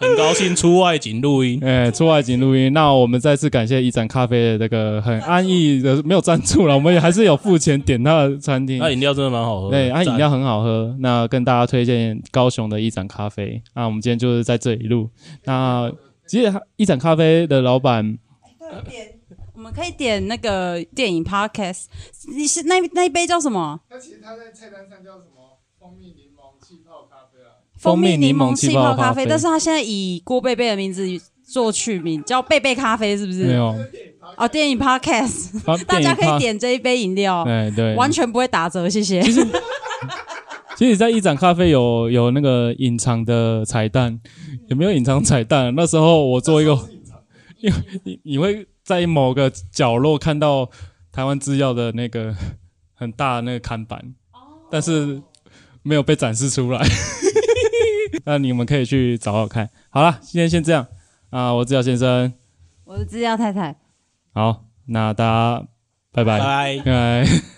[SPEAKER 3] 很高兴出外景录音，
[SPEAKER 1] 哎、出外景录音，那我们再次感谢一展咖啡的这个很安逸的，没有赞助了，我们也还是有付钱点他的餐厅。
[SPEAKER 3] 那饮料真的蛮好喝的。
[SPEAKER 1] 对，它啊饮
[SPEAKER 3] 赞
[SPEAKER 1] 料很好喝，那跟大家推荐高雄的一盏咖啡。那我们今天就是在这里录。那其实它一盏咖啡的老板，
[SPEAKER 2] 我们可以点那个电影 podcast，你是那那一杯叫什么？
[SPEAKER 5] 那其实它在菜单上叫什么？蜂蜜柠檬气泡咖啡啊。
[SPEAKER 1] 蜂蜜
[SPEAKER 2] 柠
[SPEAKER 1] 柠檬
[SPEAKER 2] 气
[SPEAKER 1] 气泡
[SPEAKER 2] 咖
[SPEAKER 1] 咖
[SPEAKER 2] 啡，
[SPEAKER 1] 啡
[SPEAKER 2] 但是它现在以郭贝贝的名字做取名，叫贝贝咖啡，是不
[SPEAKER 1] 没
[SPEAKER 2] 是？
[SPEAKER 1] 有，
[SPEAKER 2] 哦，电影 podcast，
[SPEAKER 1] 它
[SPEAKER 2] 大家可以。
[SPEAKER 1] 电影
[SPEAKER 2] 点这一杯饮料
[SPEAKER 1] 咖， 哎，对，
[SPEAKER 2] 完全不会打折，谢谢。
[SPEAKER 1] 其实，在一盏咖啡有有那个隐藏的彩蛋，有没有隐藏彩蛋？啊那时候我做一个，因为你你会在某个角落看到台湾制药的那个很大的那个看板，但是没有被展示出来。 那你们可以去找找看。好了，今天先这样啊、我制药先生，
[SPEAKER 2] 我是制药太太。
[SPEAKER 1] 好，那大家拜拜，
[SPEAKER 3] 拜。
[SPEAKER 1] 拜拜。